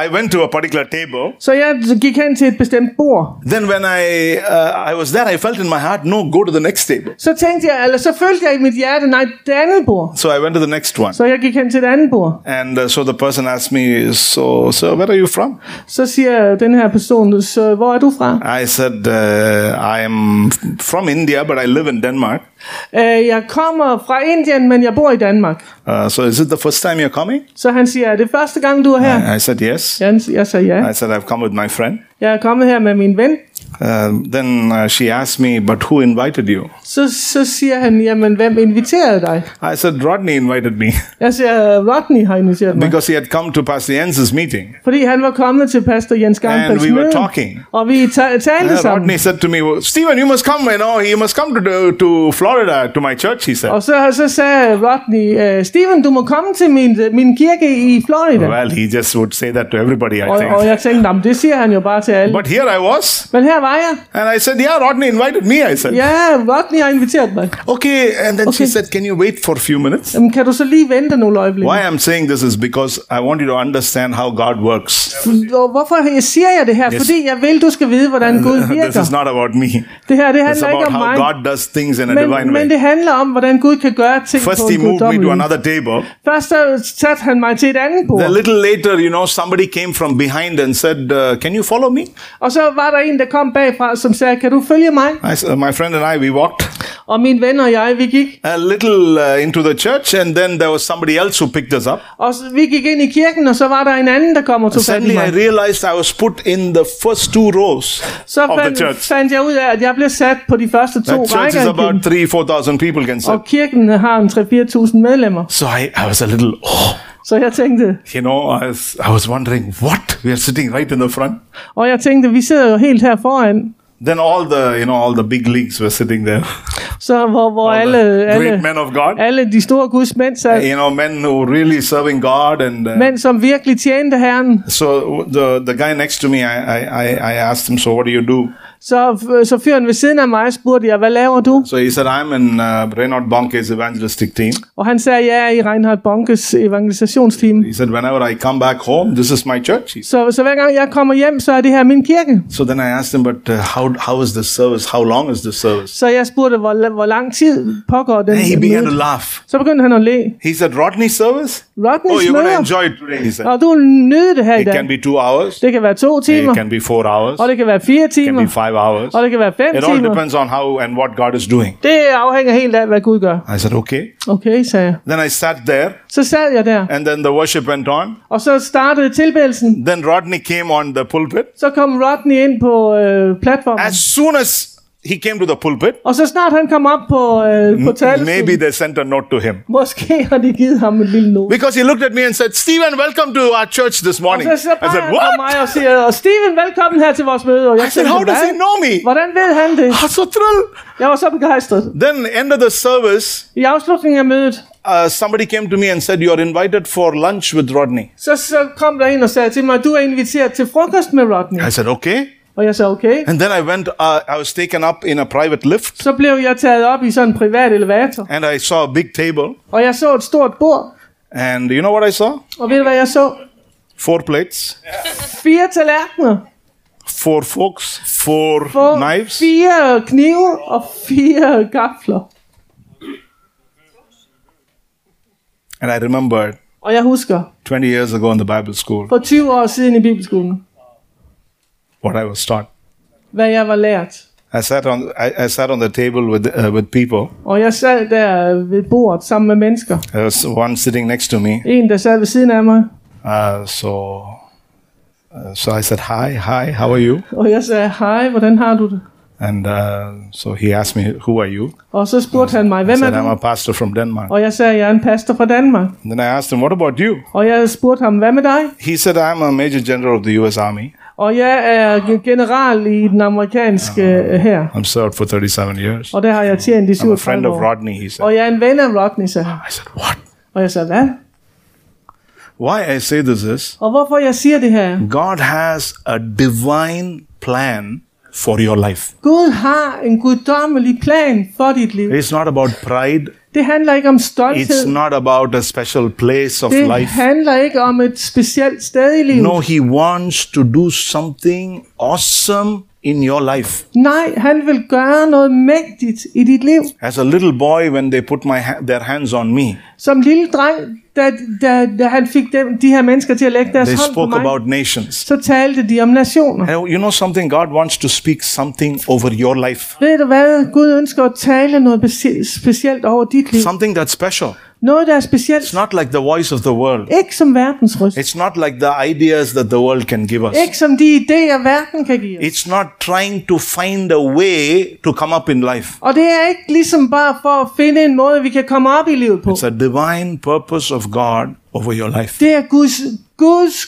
I went to a particular table. Så jeg gik hen til et bestemt bord. Then when I uh, I was there, I felt in my heart, no, go to the next table. Så tænkte jeg, eller så følte jeg i mit hjerte, nej, det andet bord. So I went to the next one. Så jeg gik hen til et andet bord. And uh, so the person asked me, so, so where are you from? Så siger den her person, så hvor er du fra? I said, uh, I am f- from India, but I live in Denmark. Øh, jeg kommer fra Indien, men jeg bor i Danmark. Uh, so is it the first time you're coming? Så han siger, er det første gang, du er her? I said, yes. Jeg, jeg sagde ja. I said, I've come with my friend. Jeg er kommet her med min ven. Uh, then uh, she asked me, but who invited you? Så, så siger han, jamen hvem inviterede dig? I said, Rodney invited me Jeg siger, Rodney har inviteret mig. because he had come to Pastor Jens's meeting. Fordi han var kommet til pastor Jens Garnfelds And we were møde, talking. og vi ta- talte Uh, sammen. Rodney said to me, well, Stephen, you must come, you know, you must come to, to Florida, to my church, he said. Og så, så sagde Rodney, "Øh, Steven, du må komme til min, min kirke i Florida. Well, he just would say that to everybody, I Og, og think. jeg tænkte, "Nå, men det siger han jo bare til alle. But here I was, Men her var jeg. and I said, Yeah, Rodney invited me, I said. Ja, Rodney har inviteret mig. Okay, and then she Okay. Um, said, Can you wait for a few minutes? Jamen, kan du så lige vente nogle øjeblikke? Why I'm saying this is because I want you to understand how God works. Og Hvorfor siger jeg det her? Yes. uh, Fordi jeg vil, du skal vide, hvordan Gud *laughs* This virker. is not about me. Det her, det It's handler about ikke om how mig. God does things in a divine Men, men way. det handler om, hvordan Gud kan gøre ting på First, he en moved me to guddommelig. another table. Først så satte han mig til et andet bord. A little later, you know, somebody came from behind and said, uh, Can you follow me? Og så var der en, der kom bagfra, som sagde, kan du følge mig? I, s- uh, my friend and I, we walked Og min ven og jeg, vi gik. a little uh, into the church, and then there was somebody else who picked us up. Og så, vi gik ind i kirken, og så var der en anden, der kom og tog fat i Suddenly, I mig. realized I was put in the first two rows Så of the fandt, church. fandt jeg ud af, at jeg blev sat på de første to That church rækker is i kirken. about three, four thousand people can sit. Og kirken har en 3-4.000 medlemmer. So I, I was a little, oh, Så jeg tænkte, you know, I was, I was wondering what we are sitting right in the front. og jeg tænkte, vi sidder jo helt her foran. Then all the, you know, all the big leagues were sitting there. Så hvor, hvor All alle, the great alle, men of God, alle de store Guds mænd sad. you know, men who really serving God. And uh, Mænd, som virkelig tjente Herren. so the the guy next to me, I, I I I asked him, so what do you do? Så, så fyren ved siden af mig spurgte jeg, hvad laver du? So he said, I'm in uh, Reynold Bonke's evangelistic team. Og han sagde, jeg er i Reinhard Bonkes evangelisationsteam. He said, whenever I come back home, this is my church. He said. Så, så hver gang jeg kommer hjem, så er det her min kirke. So then I asked him, but uh, how how is this service? How long is this service? Så jeg spurgte, hvor, la- hvor lang tid pågår den And he her began to møde? laugh. Så begyndte han at le. He said, Rodney service? Oh, Rodney you're going to smører, enjoy it today, he said. og du vil nyde det her i It can dag. be two hours. Det kan være to timer, It can be four hours. og It det kan være fire can timer, be five hours. og det kan være fem It all timer. depends on how and what God is doing. Det afhænger helt af, hvad Gud gør. I said, okay. Okay, sagde jeg. Then I sat there, Så sad jeg der, and then the worship went on. og så startede tilbedelsen. Then Rodney came on the pulpit. Så kom Rodney ind på øh, platformen. As soon as he came to the pulpit, Og så snart han kom op på, øh, på maybe talerstolen, they sent a note to him. måske har de givet ham en lille note. Because he looked at me and said, Stephen, welcome to our church this Og morning. I så, så peger said, han på What? mig og siger, og Steven, velkommen her til vores møde. Og jeg I said, How does he know me? Hvordan ved han det? I was so thrilled. Jeg var så begejstret. Then, end of the service, I afslutningen af mødet, uh, somebody came to me and said, You're invited for lunch with Rodney. så, så kom der en og sagde til mig, du er inviteret til frokost med Rodney. I said, Okay. Og jeg sagde, okay. And then I went, uh, I was taken up in a private lift Så blev jeg taget op i sådan en privat elevator, and I saw a big table. og jeg så et stort bord. And you know what I saw? Og ved du, hvad jeg så? Four plates, Fire tallerkener, four forks, four for knives. fire knive og fire gafler. And I remembered Og jeg husker, 20 years ago in the Bible school for 20 år siden i bibelskolen, what I was taught. hvad jeg var lært. I sat on, I, I sat on the table with, uh, with people. Og jeg sad der ved bordet sammen med mennesker. There was one sitting next to me. En, der sad ved siden af mig, Uh, so, uh, so I said, Hi, hi, how are you? og jeg sagde, hej, hvordan har du det? And uh, so he asked me, Who are you? Og så spurgte han mig, I hvem er said, I'm a du? pastor from Denmark. Og jeg sagde, jeg er en pastor fra Danmark. And then I asked him, What about you? Og jeg spurgte ham, hvad med dig? He said, I'm a major general of the US Army. og jeg er general i den amerikanske øh, her. I've served for 37 years. Og der har jeg tjent i I'm a friend 37 of år. Rodney, he said. Og jeg er en ven af Rodney, sagde han. I said, What? Og jeg sagde, hvad? Why I say this is Og hvorfor jeg siger det her? God has a divine plan for your life. Gud har en guddommelig plan for dit liv. It's not about pride, Det handler ikke om it's stolthed. not about a special place of Det life. handler ikke om et specielt sted i livet. No, He wants to do something awesome in your life. Nej, han vil gøre noget mægtigt i dit liv. As a little boy, when they put my ha- their hands on me, Som lille dreng, da, da, da han fik dem, de her mennesker til at lægge deres they hånd på spoke mig, about nations. så talte de om nationer. And you know something? God wants to speak something over your life, Ved du hvad? Gud ønsker at tale noget besi- specielt over dit liv. something that's special. Noget, der er specielt. It's not like the voice of the world. Ikke som verdens røst. It's not like the ideas that the world can give us. Ikke som de idéer, verden kan give os. It's not trying to find a way to come up in life. Og det er ikke ligesom bare for at finde en måde, vi kan komme op i livet på. It's a divine purpose of God over your life. Det er Guds, Guds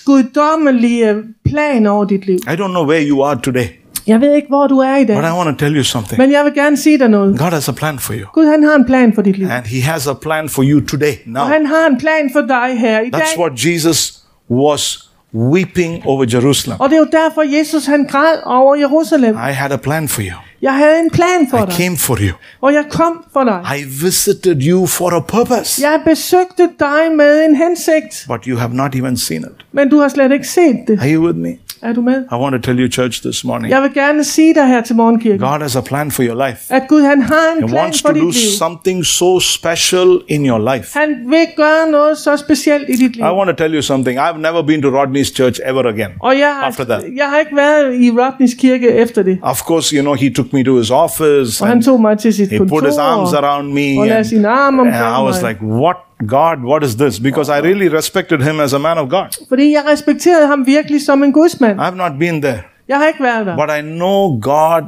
guddommelige plan over dit liv. I don't know where you are today, Jeg ved ikke, hvor du er i dag, but I want to tell you something. men jeg vil gerne sige dig noget. God has a plan for you, Gud, han har en plan for dit liv. and He has a plan for you today. Og Now, han har en plan for dig her i that's dag. what Jesus was weeping over Jerusalem. Og det er jo derfor, Jesus han græd over Jerusalem. I had a plan for you, Jeg havde en plan for I dig, came for you, og jeg kom for dig. I visited you for a purpose, Jeg besøgte dig med en hensigt, but you have not even seen it. men du har slet ikke set det. Are you with me? Er du med? I want to tell you, church, this morning Jeg vil gerne sige dig her til morgenkirken, God has a plan for your life. at Gud han har en He plan wants for to dit do liv. something so special in your life. Han vil gøre noget så specielt i dit liv. I want to tell you something. I've never been to Rodney's church ever again. Og jeg har, After that. jeg har ikke været i Rodneys kirke efter det. Of course, you know, he took me to his office Og han and tog mig til sit he kontor, put his arms around me. og lagde And, sine arme and omkring I was mig. like, what, God, what is this? Because I really respected him as a man of God. fordi jeg respekterede ham virkelig som en gudsmand. I've not been there. Jeg har ikke været der. But I know God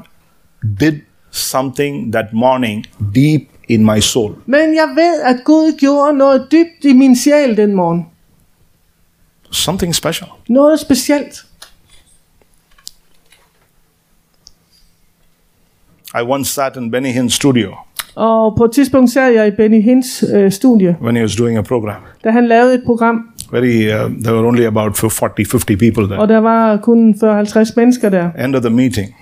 did something that morning deep in my soul. Men jeg ved, at Gud gjorde noget dybt i min sjæl den morgen. Something special. Noget specielt. I once sat in Benny Hinn's studio Og på et tidspunkt sad jeg i Benny Hins øh, studie, when he was doing a program. da han lavede et program, very uh, there were only about 40 50 people there og der var kun 40-50 mennesker der. end of the meeting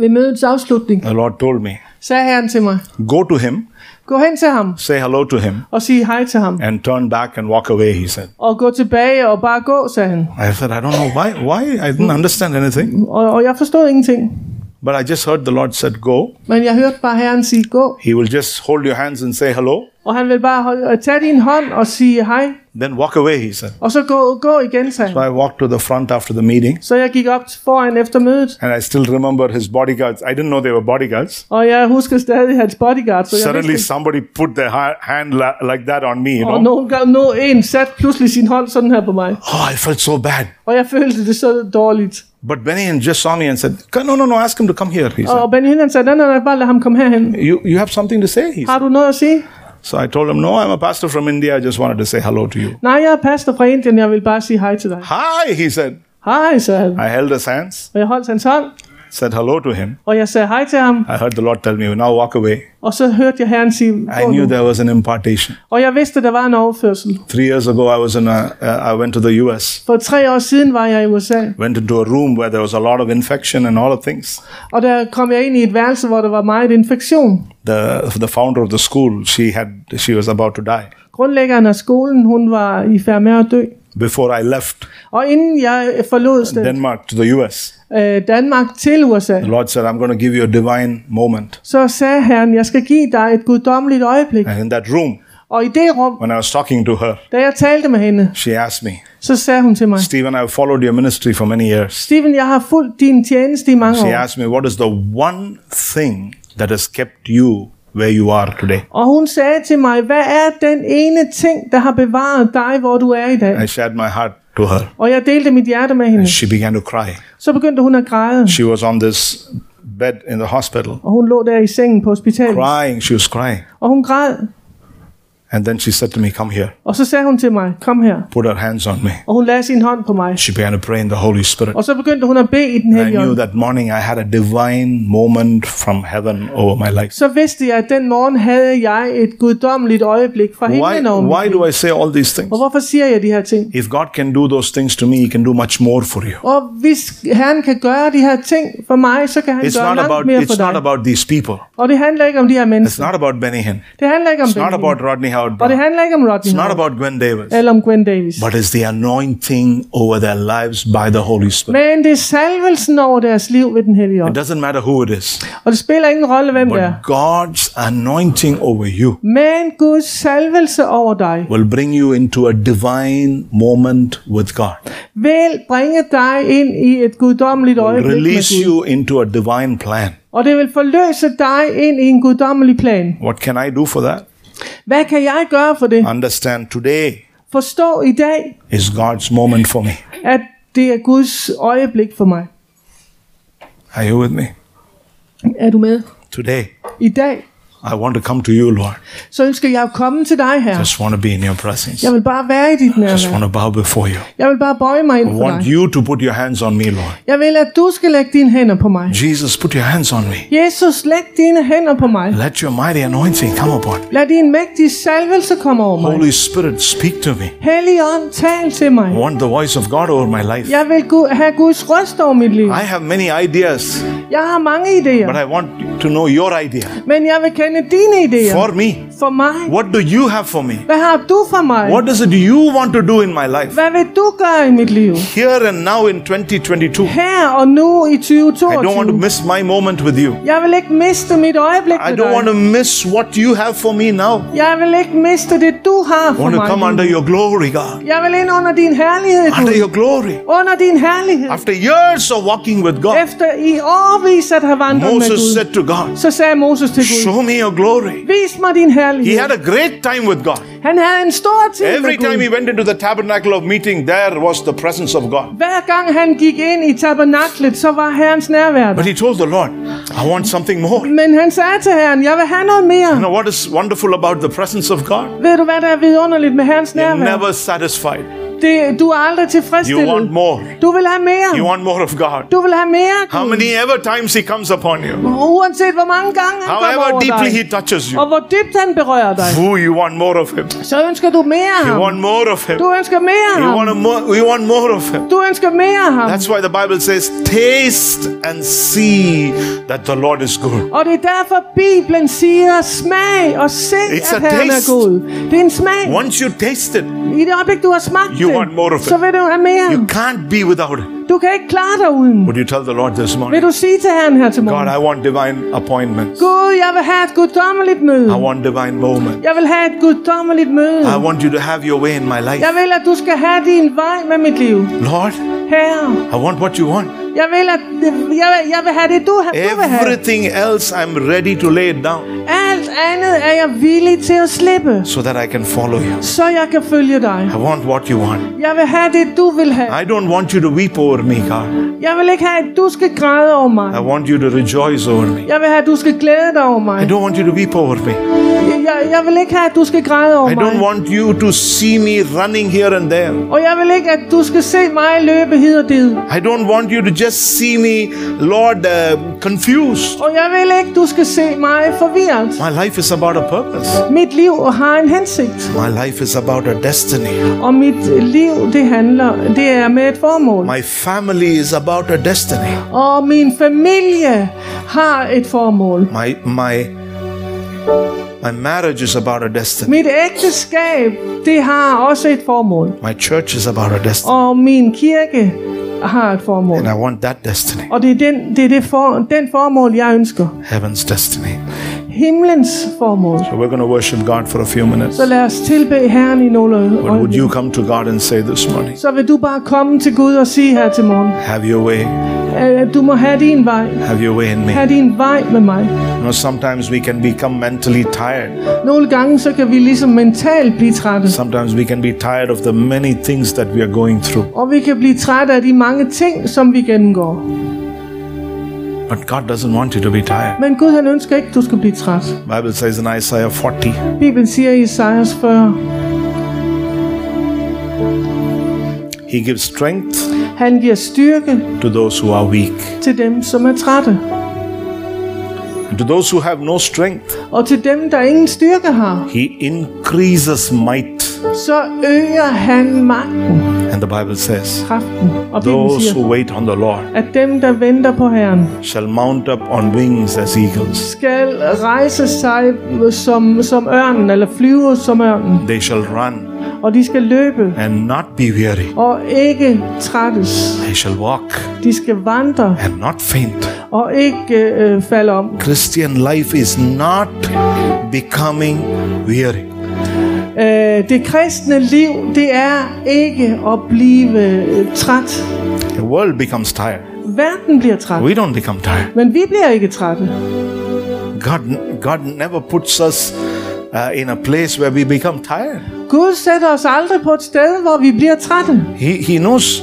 Ved mødets afslutning the lord told me sagde herren til mig, go to him gå hen til ham say hello to him og sig hej til ham. and turn back and walk away he said Og gå tilbage og bare gå, sagde han. i said i don't know why why i didn't understand anything Og, og jeg forstod ingenting. but i just heard the lord said go Men jeg hørte bare herren sige gå, he will just hold your hands and say hello og han ville bare holde, øh, tage din hånd og sige hej, then walk away he said og så gå, gå igen, sagde so han. i walked to the front after the meeting Så jeg gik op foran efter mødet, and i still remember his bodyguards i didn't know they were bodyguards og jeg husker stadig hans bodyguard, så jeg suddenly vidste, somebody put their ha- hand la- like that on me you og know nogen gange nå en satte pludselig sin hånd sådan her på mig, oh i felt so bad og jeg følte det så dårligt. but Benny Hinn just saw me and said, No, no, no, ask him to come here. He said, Og Ben Hinnan sagde, nej, nej, nej, bare lad ham komme herhen. you, you have something to say? He said. Har du noget at sige? So I told him, no, I'm a pastor from India. I just wanted to say hello to you. Nej, jeg er pastor fra Indien, jeg vil bare sige hej til dig. Hi, he said. Hej, sagde han. I held his hands, Og jeg holdt hans hånd, said hello to him. og jeg sagde hej til ham, I heard the Lord tell me, now walk away. og så hørte jeg herren sige, I "Gå knew nu." there was an impartation. og jeg vidste, der var en overførsel. Three years ago, I was in a, uh, I went to the U.S., For tre år siden var jeg i USA, went into a room where there was a lot of infection and all of things. og der kom jeg ind i et værelse, hvor der var meget infektion. The, the founder of the school, she had, she was about to die. Grundlæggeren af skolen, hun var i færd med at dø. Before I left Og inden jeg forlod stedet, Denmark to the U.S., øh, Danmark til USA, the Lord said, I'm going to give you a divine moment. så sagde herren, jeg skal give dig et guddommeligt øjeblik. And in that room, Og i det rum, when I was talking to her, da jeg talte med hende, she asked me, så sagde hun til mig, Stephen, I've followed your ministry for many years. Steven, jeg har fulgt din tjeneste i mange She år. asked me, What is the one thing that has kept you where you are today? Og hun sagde til mig, hvad er den ene ting, der har bevaret dig, hvor du er i dag? I shared my heart to her. Og jeg delte mit hjerte med hende. She began to cry. Så begyndte hun at græde, She was on this bed in the hospital, og hun lå der i sengen på hospitalet. crying. She was crying. Og hun græd, And then she said to me, Come here, Og så sagde hun til mig, kom her. put her hands on me. Og hun lagde sin hånd på mig. She began to pray in the Holy Spirit. Og så begyndte hun at bede i den I hellige knew ånd. that morning I had a divine moment from heaven over my life. Så vidste jeg, at den morgen havde jeg et guddommeligt øjeblik fra Why, himlen over mit why liv. do I say all these things? Og hvorfor siger jeg de her ting? If God can do those things to me, He can do much more for you. Og hvis Herren kan gøre de her ting for mig, så kan han It's gøre not langt about mere for it's dig. not about these people. og det handler ikke om de her It's mennesker. not about Benny Hinn. Det handler ikke om It's not Benjamin. about Rodney Howard. og det Brown. handler ikke om Rodney It's not Howard about Gwen Davis. eller om Gwen Davis. But it's the anointing over their lives by the Holy Spirit. Men det er salvelsen over deres liv ved den hellige It ånd. doesn't matter who it is, Og det spiller ingen rolle, hvem det er. but God's anointing over you Men Guds salvelse over dig will bring you into a divine moment with God. vil bringe dig ind i et guddommeligt Will øjeblik med release Gud. you into a divine plan. Og det vil forløse dig ind i en guddommelig plan. What can I do for that? Hvad kan jeg gøre for Ah. det? Understand today Forstå i dag, is God's moment for me. at det er Guds øjeblik for mig. Are you with me? Er du med? Today, I dag, I want to come to you, Lord. så ønsker jeg at komme til dig her. Just want to be in your presence. Jeg vil bare være i dit Just want nærvær. to bow before you. Jeg vil bare bøje mig ind I for want dig. uh, you to put your hands on me, Lord. Jeg vil, at du skal lægge dine hænder på mig. Jesus, put your hands on me. Jesus, læg dine hænder på mig. Let your mighty anointing come upon me. Lad din mægtige salvelse komme over mig. Holy Spirit, speak to me. Hellig ånd, tal til mig. I want the voice of God over my life. Jeg vil Gud, have Guds røst over mit liv. I have many ideas, Jeg har mange but idéer, I want to know your idea. men jeg vil kende dine idéer. For me, For mig. what do you have for me? Hvad har du for mig? What is it you want to do in my life? Hvad vil du gøre i mit liv? Here and now in 2022. Her og nu i I don't want to 2022. miss my moment with you. Jeg vil ikke miste mit øjeblik I med don't want to dig. miss what you have for me now. Jeg vil ikke miste det, du har I for want to come mig. under nu. your glory, God. Jeg vil ind under din herlighed, Under Gud. your Ah, glory. Under din herlighed. After years of walking with God, Efter i årvis at have vandret med Moses Gud, said to God, så sagde Moses til Gud, Show me your glory. vis mig din He herlighed. had a great time with God. Han havde en stor tid Every med Gud. time he went into the tabernacle of meeting, there was the presence of God. Hver gang han gik ind i tabernaklet, så var Herrens nærvær der. But he told the Lord, I want something more. You Men han sagde til Herren, jeg vil have noget mere. know what is wonderful about the presence of God? Ved du, hvad der er vidunderligt med Herrens You're nærvær? never satisfied. Det, du er aldrig You want tilfredsstillet. more. Du vil have mere. You want more of God. Du vil have mere, How Gud. many ever times he comes upon you, Uanset hvor mange gange han kommer however over deeply dig, he touches og you, hvor dybt han berører dig, who you want more of him. så ønsker du mere af You ham. want more of him. Du ønsker mere af You ham. want a more. You want more of him. Du ønsker mere af ham. That's why the Bible says, "Taste and see that the Lord is good." Og det er derfor, Bibelen siger, smag og se, It's at a Herren er taste. god. Det er en smag. Once you taste it, I det øjeblik, du har smagt You det, want more of it. så vil du have mere. you can't be without it. Du kan ikke klare dig uden. Would you tell the Lord this Vil morning? du sige til Herren her til God, morgen? I want divine appointments. Gud, jeg vil have et guddommeligt møde. I want divine moments. Jeg vil have et guddommeligt møde. I want you to have your way in my life. Jeg vil, at du skal have din vej med mit liv. Lord, Herre, I want what you want. jeg vil, at, jeg, vil- jeg vil have det, du, har- du vil have. Everything else, I'm ready to lay it down Alt andet er jeg villig til at slippe, so that I can follow you. så jeg kan følge dig. I want what you want. Jeg vil have det, du vil have. I don't want you to weep over me, God. Jeg vil ikke have, at du skal græde over mig. I want you to rejoice over me. Jeg vil have, at du skal glæde dig over mig. I don't want you to weep over me. Jeg, jeg vil ikke have, at du skal græde over I don't mig. want you to see me running here and there. Og jeg vil ikke, at du skal se mig løbe hid og did. I don't want you to just see me, Lord, uh, confused. Og jeg vil ikke, du skal se mig forvirret. My life is about a purpose. Mit liv har en hensigt. My life is about a destiny. Og mit liv, det handler, det er med et formål. My family is about a destiny. Og min familie har et formål. My my my marriage is about a destiny. Mit ægteskab, det har også et formål. My church is about a destiny. Og min kirke har et formål. And I want that destiny. Og det er den, det er det for, den formål, jeg ønsker. Heaven's destiny. Himlens formål. So we're going to worship God for a few minutes. Så lad os tilbede Herren i nogle But would øjeblik. you come to God and say this morning, Så vil du bare komme til Gud og sige her til morgen, have your way, at du må have din vej. have your way in me. Have din vej med mig. You know, sometimes we can become mentally tired. Nogle gange, så kan vi ligesom mentalt blive trætte. Sometimes we can be tired of the many things that we are going through. Og vi kan blive trætte af de mange ting, som vi gennemgår. But God doesn't want you to be tired. Men Gud han ønsker ikke, at du skal blive træt. Bible says in Isaiah 40, Bibelen siger i Isaias 40, He gives strength han giver styrke to those who are weak. til dem, som er trætte. And to those who have no strength, Og til dem, der ingen styrke har, He increases might. så øger han magten, And the Bible says, kraften. Og Bibelen Those siger, who wait on the Lord at dem, der venter på Herren, shall mount up on wings as eagles. skal rejse sig som, som ørnen, eller flyve som ørnen. They shall run Og de skal løbe and not be weary. og ikke trættes. They shall walk De skal vandre and not faint. og ikke øh, falde om. Christian life is not becoming weary. Øh, det kristne liv, det er ikke at blive øh, træt. The world becomes tired. Verden bliver træt, We don't become tired. men vi bliver ikke trætte. God, God never puts us uh, in a place where we become tired. Gud sætter os aldrig på et sted, hvor vi bliver trætte. He, he knows,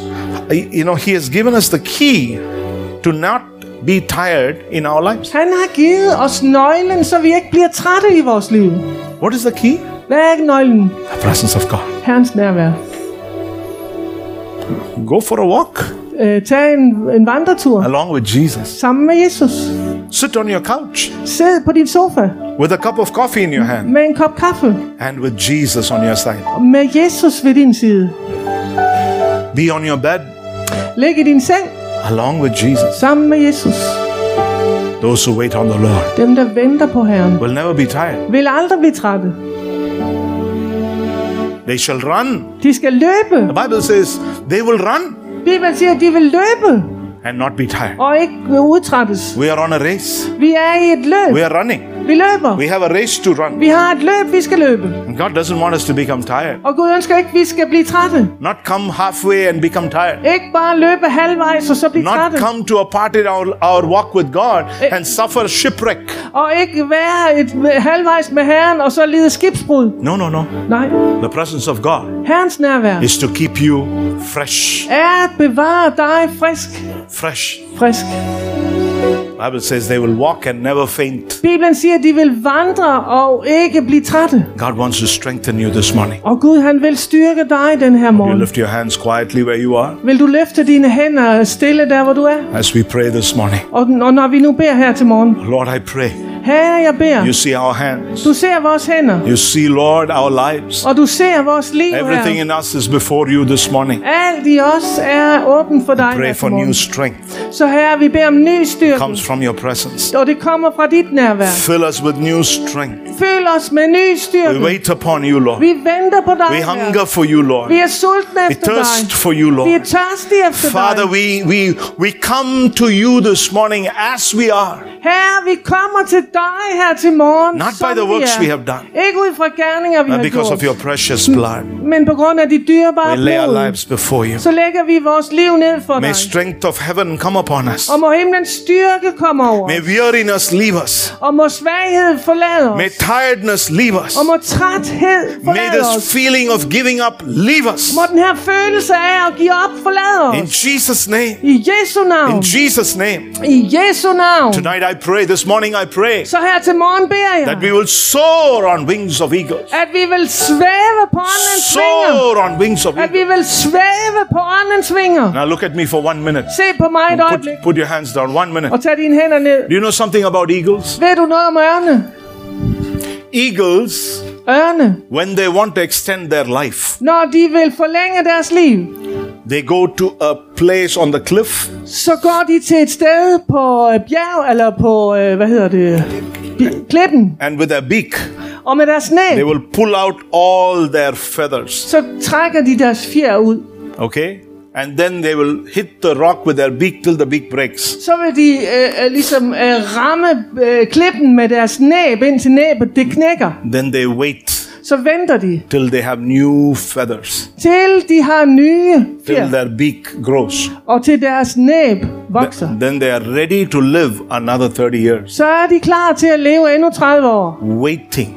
uh, you know, He has given us the key to not be tired in our lives. Han har givet os nøglen, så vi ikke bliver trætte i vores liv. What is the key? Hvad er nøglen? The presence of God. Herrens nærvær. Go for a walk Øh, tag en, en vandretur along with Jesus. sammen med Jesus. Sit on your couch Sid på din sofa with a cup of coffee in your hand med en kop kaffe. and with Jesus on your side. Og med Jesus ved din side. Be on your bed Læg i din seng along with Jesus. sammen med Jesus. Those who wait on the Lord Dem, der venter på Herren, will never be tired. vil aldrig blive trætte. They shall run. De skal løbe. The Bible says they will run Bibelen siger, at de vil løbe and not be tired. og ikke vil udtrættes. We are on a race. Vi er i et løb. We are running. Vi løber. We have a race to run. Vi har et løb, vi skal løbe. And God doesn't want us to become tired. Og Gud ønsker ikke, at vi skal blive trætte. Not come halfway and become tired. Ikke bare løbe halvvejs og så blive Not trætte. come to a part in our, our walk with God Eh. and suffer shipwreck. Og ikke være et øh, halvvejs med Herren og så lide skibsbrud. No, no, no. Nej. The presence of God Herrens nærvær is to keep you fresh. er at bevare dig frisk. Fresh. Frisk. Bible says they will walk and never faint. Bibelen siger, at de vil vandre og ikke blive trætte. God wants to strengthen you this morning. Og Gud, han vil styrke dig den her You morgen. lift your hands quietly where you are Vil du løfte dine hænder stille der, hvor du er? as we pray this morning. Og, og når vi nu beder her til morgen. Lord, I pray. Herre, jeg beder. You see our hands. Du ser vores hænder. You see, Lord, our lives. Og du ser vores liv Everything her. in us is before you this morning. Alt i os er åben for dig Pray her for til new morgen. strength. Så herre, vi beder om ny styrke. Comes from your presence. Og det kommer fra dit nærvær. Fill us with new strength. Føl os med ny We styrke. wait upon you, Lord. Vi venter på dig, We Herre. hunger for you, Lord. Vi er sultne We efter thirst dig. for you, Vi er Lord. tørstige efter Father, we, dig. we, we come to you this morning as we are, Herre, vi kommer til dig her til morgen. not som by the vi works er. we have done, Ikke ud fra gerninger, vi but har because of gjort. your precious blood. Men på grund af dit dyrebare We lay our blod, lives before you. så lægger vi vores liv ned for May dig. strength of heaven come upon us. Og må himlens styrke komme over. May weariness leave us. Og må svaghed forlade os. May tiredness leave us. Og må træthed May forlade os. this feeling of giving up leave us. Må den her følelse af at give op forlade In os. Jesus' name. I Jesu navn. In Jesus' name. I Jesu navn. Tonight I pray, this morning I pray Så her til morgen beder that jeg, we will soar on wings of eagles. at vi vil svæve på åndens vinger. Soar on wings of At eagles. vi vil svæve på åndens vinger. Now look at me for one minute. Se på mig et Put, øjeblik put your hands down. One minute. og tag dine hænder ned. Do you know something about eagles? Ved du noget om ørne? Eagles, Ørne. when they want to extend their life, Når de vil forlænge deres liv, they go to a place on the cliff så går de til et sted på øh, bjerg, eller på, øh, hvad hedder det, Bi- klippen. and with their beak, Og med deres they næb, will pull out all their feathers. så trækker de deres fjer ud. Okay? And then they will hit the rock with their beak till the beak breaks. Så vil de øh, øh, ligesom øh, ramme øh, klippen med deres næb, indtil næbet det knækker. Then they wait Så venter de, till they have new feathers, til de har nye till fjer, their beak grows. og til deres næb vokser. Then they are ready to live another 30 years. Så er de klar til at leve endnu 30 år. Waiting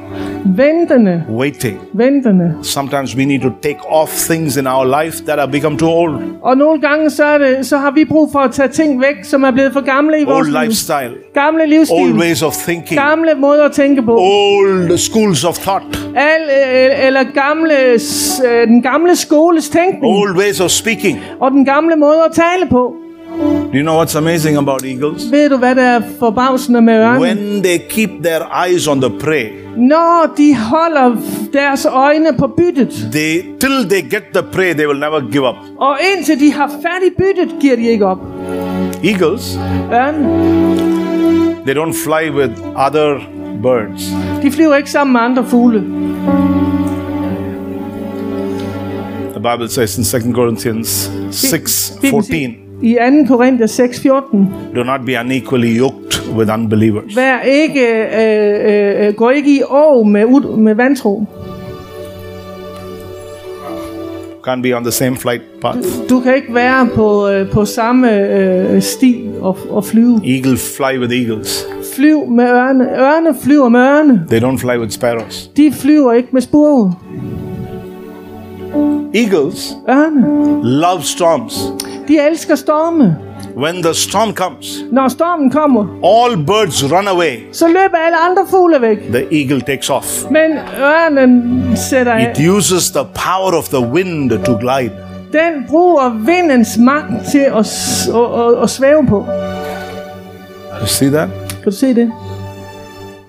Ventende, waiting. ventende. Sometimes we need to take off things in our life that have become too old, Og nogle gange, så, er det, så har vi brug for at tage ting væk, som er blevet for gamle i vores old liv. lifestyle, Gamle livsstil. old ways of thinking, Gamle måder at tænke på. old schools of thought, Al, øh, eller gamle, s- øh, den gamle skoles tænkning. old ways of speaking. Og den gamle måde at tale på. Do you know what's amazing about eagles? Ved du, hvad der er forbavsende med ørnen? When they keep their eyes on the prey, Når de holder deres øjne på byttet, they till they get the prey, they will never give up. og indtil de har fat i byttet, giver de ikke op. Eagles, Ørnen, they don't fly with other birds. de flyver ikke sammen med andre fugle. The Bible says in 2 Corinthians 6 Bibelen 14, siger I 2. Korinther 6:14. do not be unequally yoked with unbelievers. Vær ikke, øh, øh, øh, gå ikke i år med, ud, med vantro. Can't be on the same flight path. Du kan ikke være på, øh, på samme øh, sti og, og flyve. Eagle fly with eagles. Flyv med ørne. Ørne flyver med ørne. They don't fly with sparrows. De flyver ikke med spurve. Eagles Ørne. love storms. De elsker storme. When the storm comes, Når stormen kommer, all birds run away. så løber alle andre fugle væk. The eagle takes off. Men ørnen sætter af. It uses the power of the wind to glide. Den bruger vindens magt til at, s- at, at, at svæve på. You see that? Kan du se det?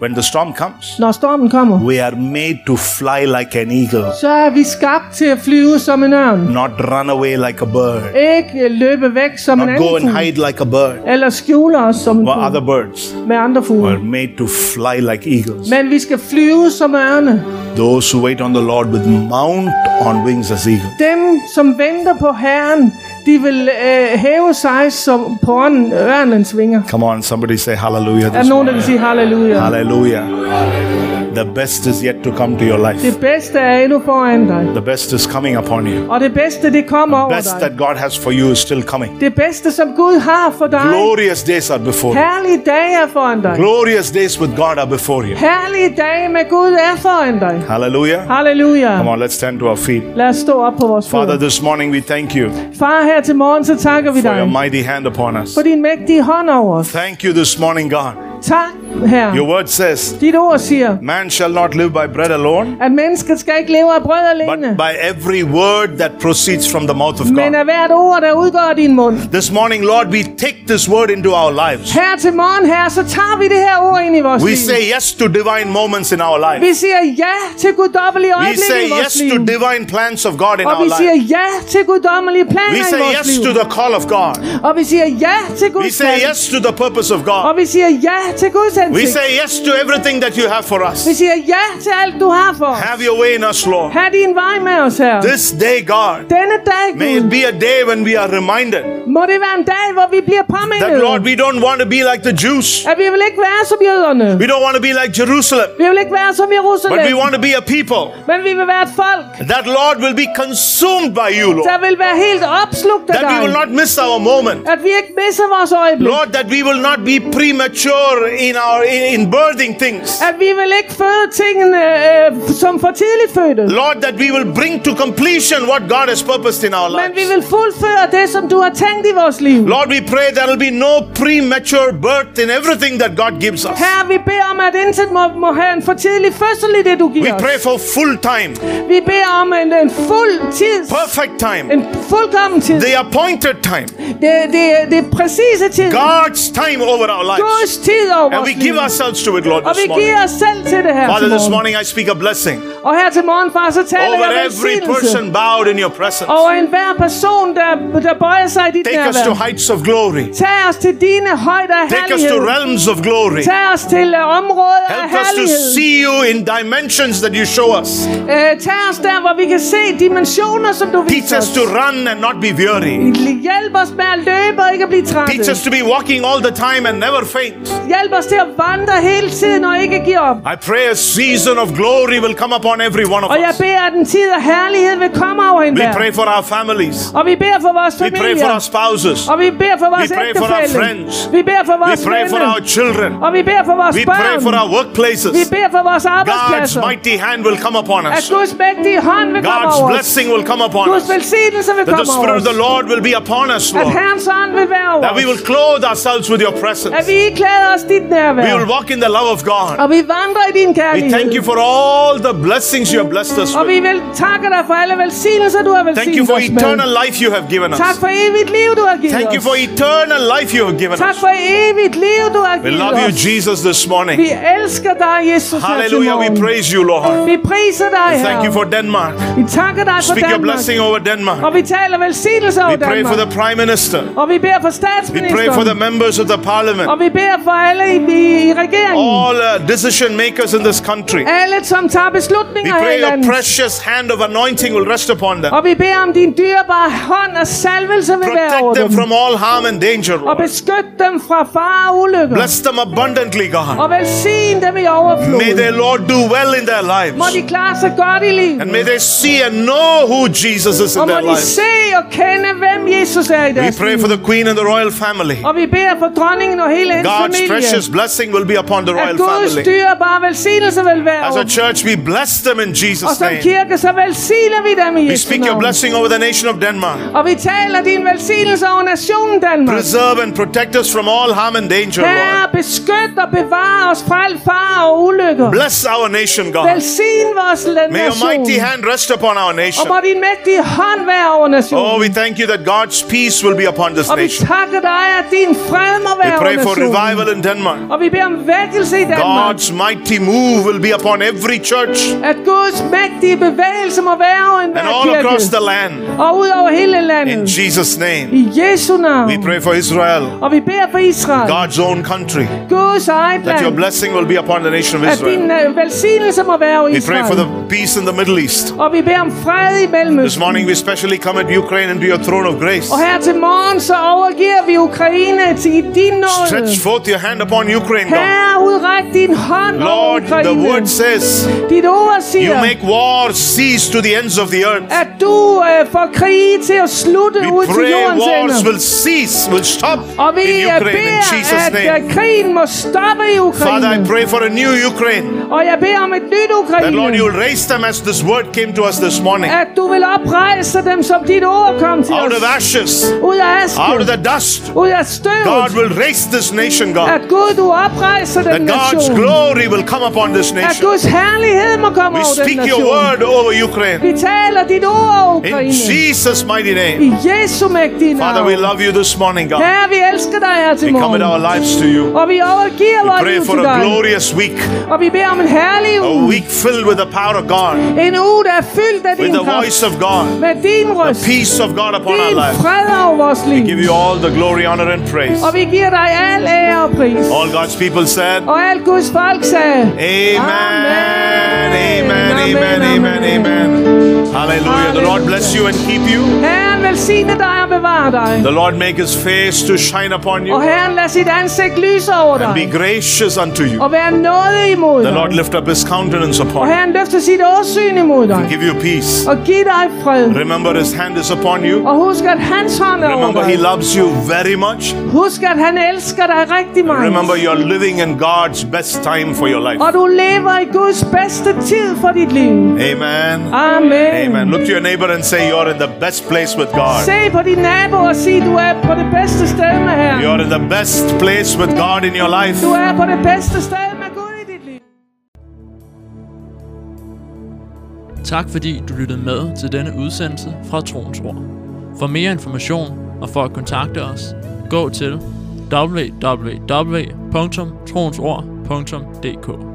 When the storm comes, Når stormen kommer, we are made to fly like an eagle, så er vi skabt til at flyve som en ørn. not run away like a bird, Ikke løbe væk som en not anden go and fugl. hide like a bird. Eller skjule os som en But other fugl birds med andre were fugle. made to fly like eagles. Men vi skal flyve som ørne. Those who wait on the Lord with mount on wings as eagles. Dem, som venter på Herren, de vil øh, hæve sig som på ørnen, ørnens vinger. Come on, somebody say hallelujah. Er This der nogen, der morning. vil sige halleluja? Hallelujah. The best is yet to come to your life. Det bedste er endnu foran dig. The best is coming upon you. Og det bedste, det kommer over Best dig. that Oh, God has for you is still coming. Det bedste, som Gud har for dig. Glorious days are before you. Herlige dage er foran dig. Glorious days with God are before you. Herlige dage med Gud er foran dig. Hallelujah. Halleluja. Come on, let's stand to our feet. Lad os stå op på vores Father, fødder. this morning we thank you Far, her til morgen, så takker vi for your dig mighty hand upon us. for din mægtige hånd over os. Thank you Ah. this morning, God. Tak, Your Herre. word says, Dit ord siger, Man shall not live by bread alone, at mennesket skal ikke leve af brød but alene, by every word that proceeds from the mouth of men God. af hvert ord, der udgår af din mund. This morning, Lord, we take this word into our lives. Her til morgen, herre, så tager vi det her ord ind i vores We liv. say yes to divine moments in our life. Vi siger ja til guddommelige We øjeblikke say i vores yes liv. to divine plans of God in Og our vi siger life. ja til guddommelige planer We i say vores yes liv. to the call of God. Og vi siger ja til We Guds say plan. yes to the purpose of Og God. vi siger ja til Guds Oh, We ansigt. say yes to everything that you have for Vi us. siger ja til alt, du har for os. Have your way in us, Lord. Ha' din vej med os her. This day, God, Denne dag, may it Gud, be a day when we are reminded må det være en dag, hvor vi bliver that, påmindet, Lord, we don't want to be like the Jews. at vi vil ikke være som jøderne. We don't want to be like Jerusalem. Vi vil ikke være som Jerusalem, But we want to be a people men vi vil være et folk, that, Lord, will be consumed by you, der Lord. vil være helt opslugt af That dig. we will not miss our moment. At vi ikke misser vores øjeblik. Lord, that we will not be premature in our in, in birthing things. At vi vil ikke føde tingene øh, som for tidligt fødte. Lord, that we will bring to completion what God has purposed in our Men vi lives. vil fuldføre det, som du har tænkt i vores liv. Lord, we pray there will be no premature birth in everything that God gives us. Herre, vi beder om, at intet må, må have en for tidlig fødsel i det, du We giver os. pray for full time, Vi beder om en, en fuld tid, perfect en time, fuldkommen tid. the appointed time, Det, det, det er præcise tid. God's time over our lives. Guds tid over And vores we give liv. ourselves to it, Lord, Og vi this giver morning. os selv til det her Father, til this morgen. morning I speak a blessing Og her til morgen, far, så taler over jeg every velsignelse person bowed in your presence. over enhver person, der, der bøjer sig i dit Take us nærvær. to heights of glory. Tag os til dine højder af Take us to herlighed. realms of glory. Tag os til øh, områder af Help us to herlighed. see you in dimensions that you show us. Øh, tag os der, hvor vi kan se dimensioner, som du Teach viser os. us to run and not be weary. Hjælp os med at løbe og ikke at blive trætte. Teach us to be walking all the time and never faint. Hjælp os til at vandrer hele tiden og ikke giver op. I pray a season of glory will come upon every one of Og jeg us. beder, at en tid af herlighed vil komme over hende We der. pray for our families. Og vi beder for vores We pray for familier. our spouses. Og vi beder for vores We pray for our ægtefælle. friends. Vi beder for We vores pray for our venner. children. Og vi beder for vores We pray for børn. our Vi workplaces. beder for vores God's arbejdspladser. mighty hand will come upon At us. Guds mægtige hånd vil komme God's over os. blessing will come upon Guds us. That velsignelse vil the komme over Spirit of os. the Lord will be upon us, At Lord. Herrens ånd vil være over That we will os. clothe ourselves with your At presence. vi iklæder os dit nærvær. We will walk in the love of God. Og vi vandrer i din We kærlighed. thank you for all the blessings you have blessed us Og vi with. vil takke dig for alle velsignelser, du har Thank you velsignet for os eternal med. life you have given Tak us. for evigt liv, du har givet Thank you os. for eternal life you have given tak us. for evigt liv, du har We givet love you, os. Jesus, this Vi morning. elsker dig, Jesus, her til Hallelujah. We morgen. praise you, Lord. Vi priser dig, Thank Herre. you for Denmark. Vi takker dig for Speak your Danmark. blessing over Denmark. Og vi taler velsignelse over We pray for Danmark. the Prime Minister. Og vi beder We pray for the for statsministeren. members of the Og Parliament. vi beder for alle i, i, i regeringen. All uh, decision makers in this country. Alle, som tager We beslutninger her pray i your landet. precious hand of anointing will rest upon them. Og vi beder om din dyrebare hånd og salvelse vil være Protect over them dem. from all harm and danger, Og Lord. beskyt dem fra fare og ulykker. Bless them abundantly, God. Og velsign dem i overflod. May their Lord do well in their Må lives. de klare sig godt i livet. And may they see and know who Jesus is Og in må their de lives. se og kende, hvem Jesus er i We deres pray liv. for the Queen and the royal family. Og vi beder for dronningen og hele hendes God's familie. precious blessing will be upon the at royal Guds family. dyrebare velsignelse vil være As over a church, we bless them in Og Jesus' som name. kirke, så velsigner vi dem i We Jesu speak your navn. blessing over the nation of Denmark. Og vi taler din velsignelse over nationen Danmark. Preserve and protect us from all harm and danger, Lord. Herre, beskyt og bevare os fra al fare og ulykker. Bless our nation, God. Velsign vores land May your mighty nation. hand rest upon our Og nation. må din mægtige hånd være over Oh, nationen. we thank you that God's peace will be upon this Og vi nation. takker dig, at din fred må We være pray over for nationen. revival in Denmark. Og vi beder om vækkelse i Danmark. God's mighty move will be upon every church At Guds mægtige bevægelse må være over and enhver all across kirke. the land. Og ud over hele landet. In Jesus' name, I Jesu navn. we pray for Israel, Og vi beder for Israel. God's own country, Guds eget that your land. blessing will be upon the nation of At din Israel. øh, velsignelse må være over We pray for Israel. the peace in the Middle East. Og vi beder om fred i This Mellemøsten. morning, we specially come at Ukraine into your throne of grace. Og her til morgen, så overgiver vi Ukraine til i din nåde. Stretch forth your hand upon Ukraine, God. Herre, udræk din hånd over Lord, the Ukraine. word says, Dit ord you siger, make war cease to the ends of the earth. at du øh, får krige til at slutte We ud til pray jordens wars ende. will cease, will stop Og vi in øh, Ukraine in beder, Jesus' at name. øh, krigen må stoppe Father, i I Ukraine. pray for a new Ukraine. Og jeg beder om et nyt That Lord, you Ukraine. will raise them as this word came to us this morning. At du vil oprejse dem, som dit ord kom til Out of os. ashes, Ud af out of asken. the dust, Ud af støvet. God will raise this nation, God. At Gud, du oprejser That den God's nation. glory will come upon this At nation. Guds herlighed må komme We over den speak your nation. word over Ukraine. Vi taler dit ord over In Ukraine. Jesus' mighty I name. Jesu mægtige Father, navn. we love you this morning, God. Herre, vi elsker dig her We til commit our morgen. lives to you. Og vi overgiver We vores pray liv for til a dig. glorious week, Og vi beder om en herlig a uge. week filled with the power of God, En uge, der er fyldt af with din the kraft. voice of God. Med din røst. peace of God upon our Din lives. fred over vores liv. Give you all the glory, honor, and praise. Og vi giver dig al ære og pris. All God's people said, Og alt Guds folk sagde. Amen, Amen, Amen, Amen, Amen, amen. Amen. Hallelujah. The Lord Hallelujah. bless you and keep you. Herren velsigne dig og bevare dig. The Lord make his face to shine upon Og you Herren lad sit ansigt lyse over and be dig. gracious unto you. Og være nådig imod The Lord dig. lift up his countenance Og upon you, Herren løfter sit åsyn imod dig. give you peace. Og giv dig fred. Remember his hand is upon you. Og husk, at hans hånd er over Remember he dig. loves you very much. Husk, at han elsker dig rigtig meget. Remember you're living in God's best time for your life. Og du lever i Guds bedste tid for dit liv. Amen. Amen. Amen. Look to your neighbor and say, You're in the best place with God. Se på din nabo og sig, du er på det bedste sted med Herren. You're in the best place with God in your life. Du er på det bedste sted med Gud i dit liv. Tak fordi du lyttede med til denne udsendelse fra Troens Ord. For mere information og for at kontakte os, gå til www.troensord.dk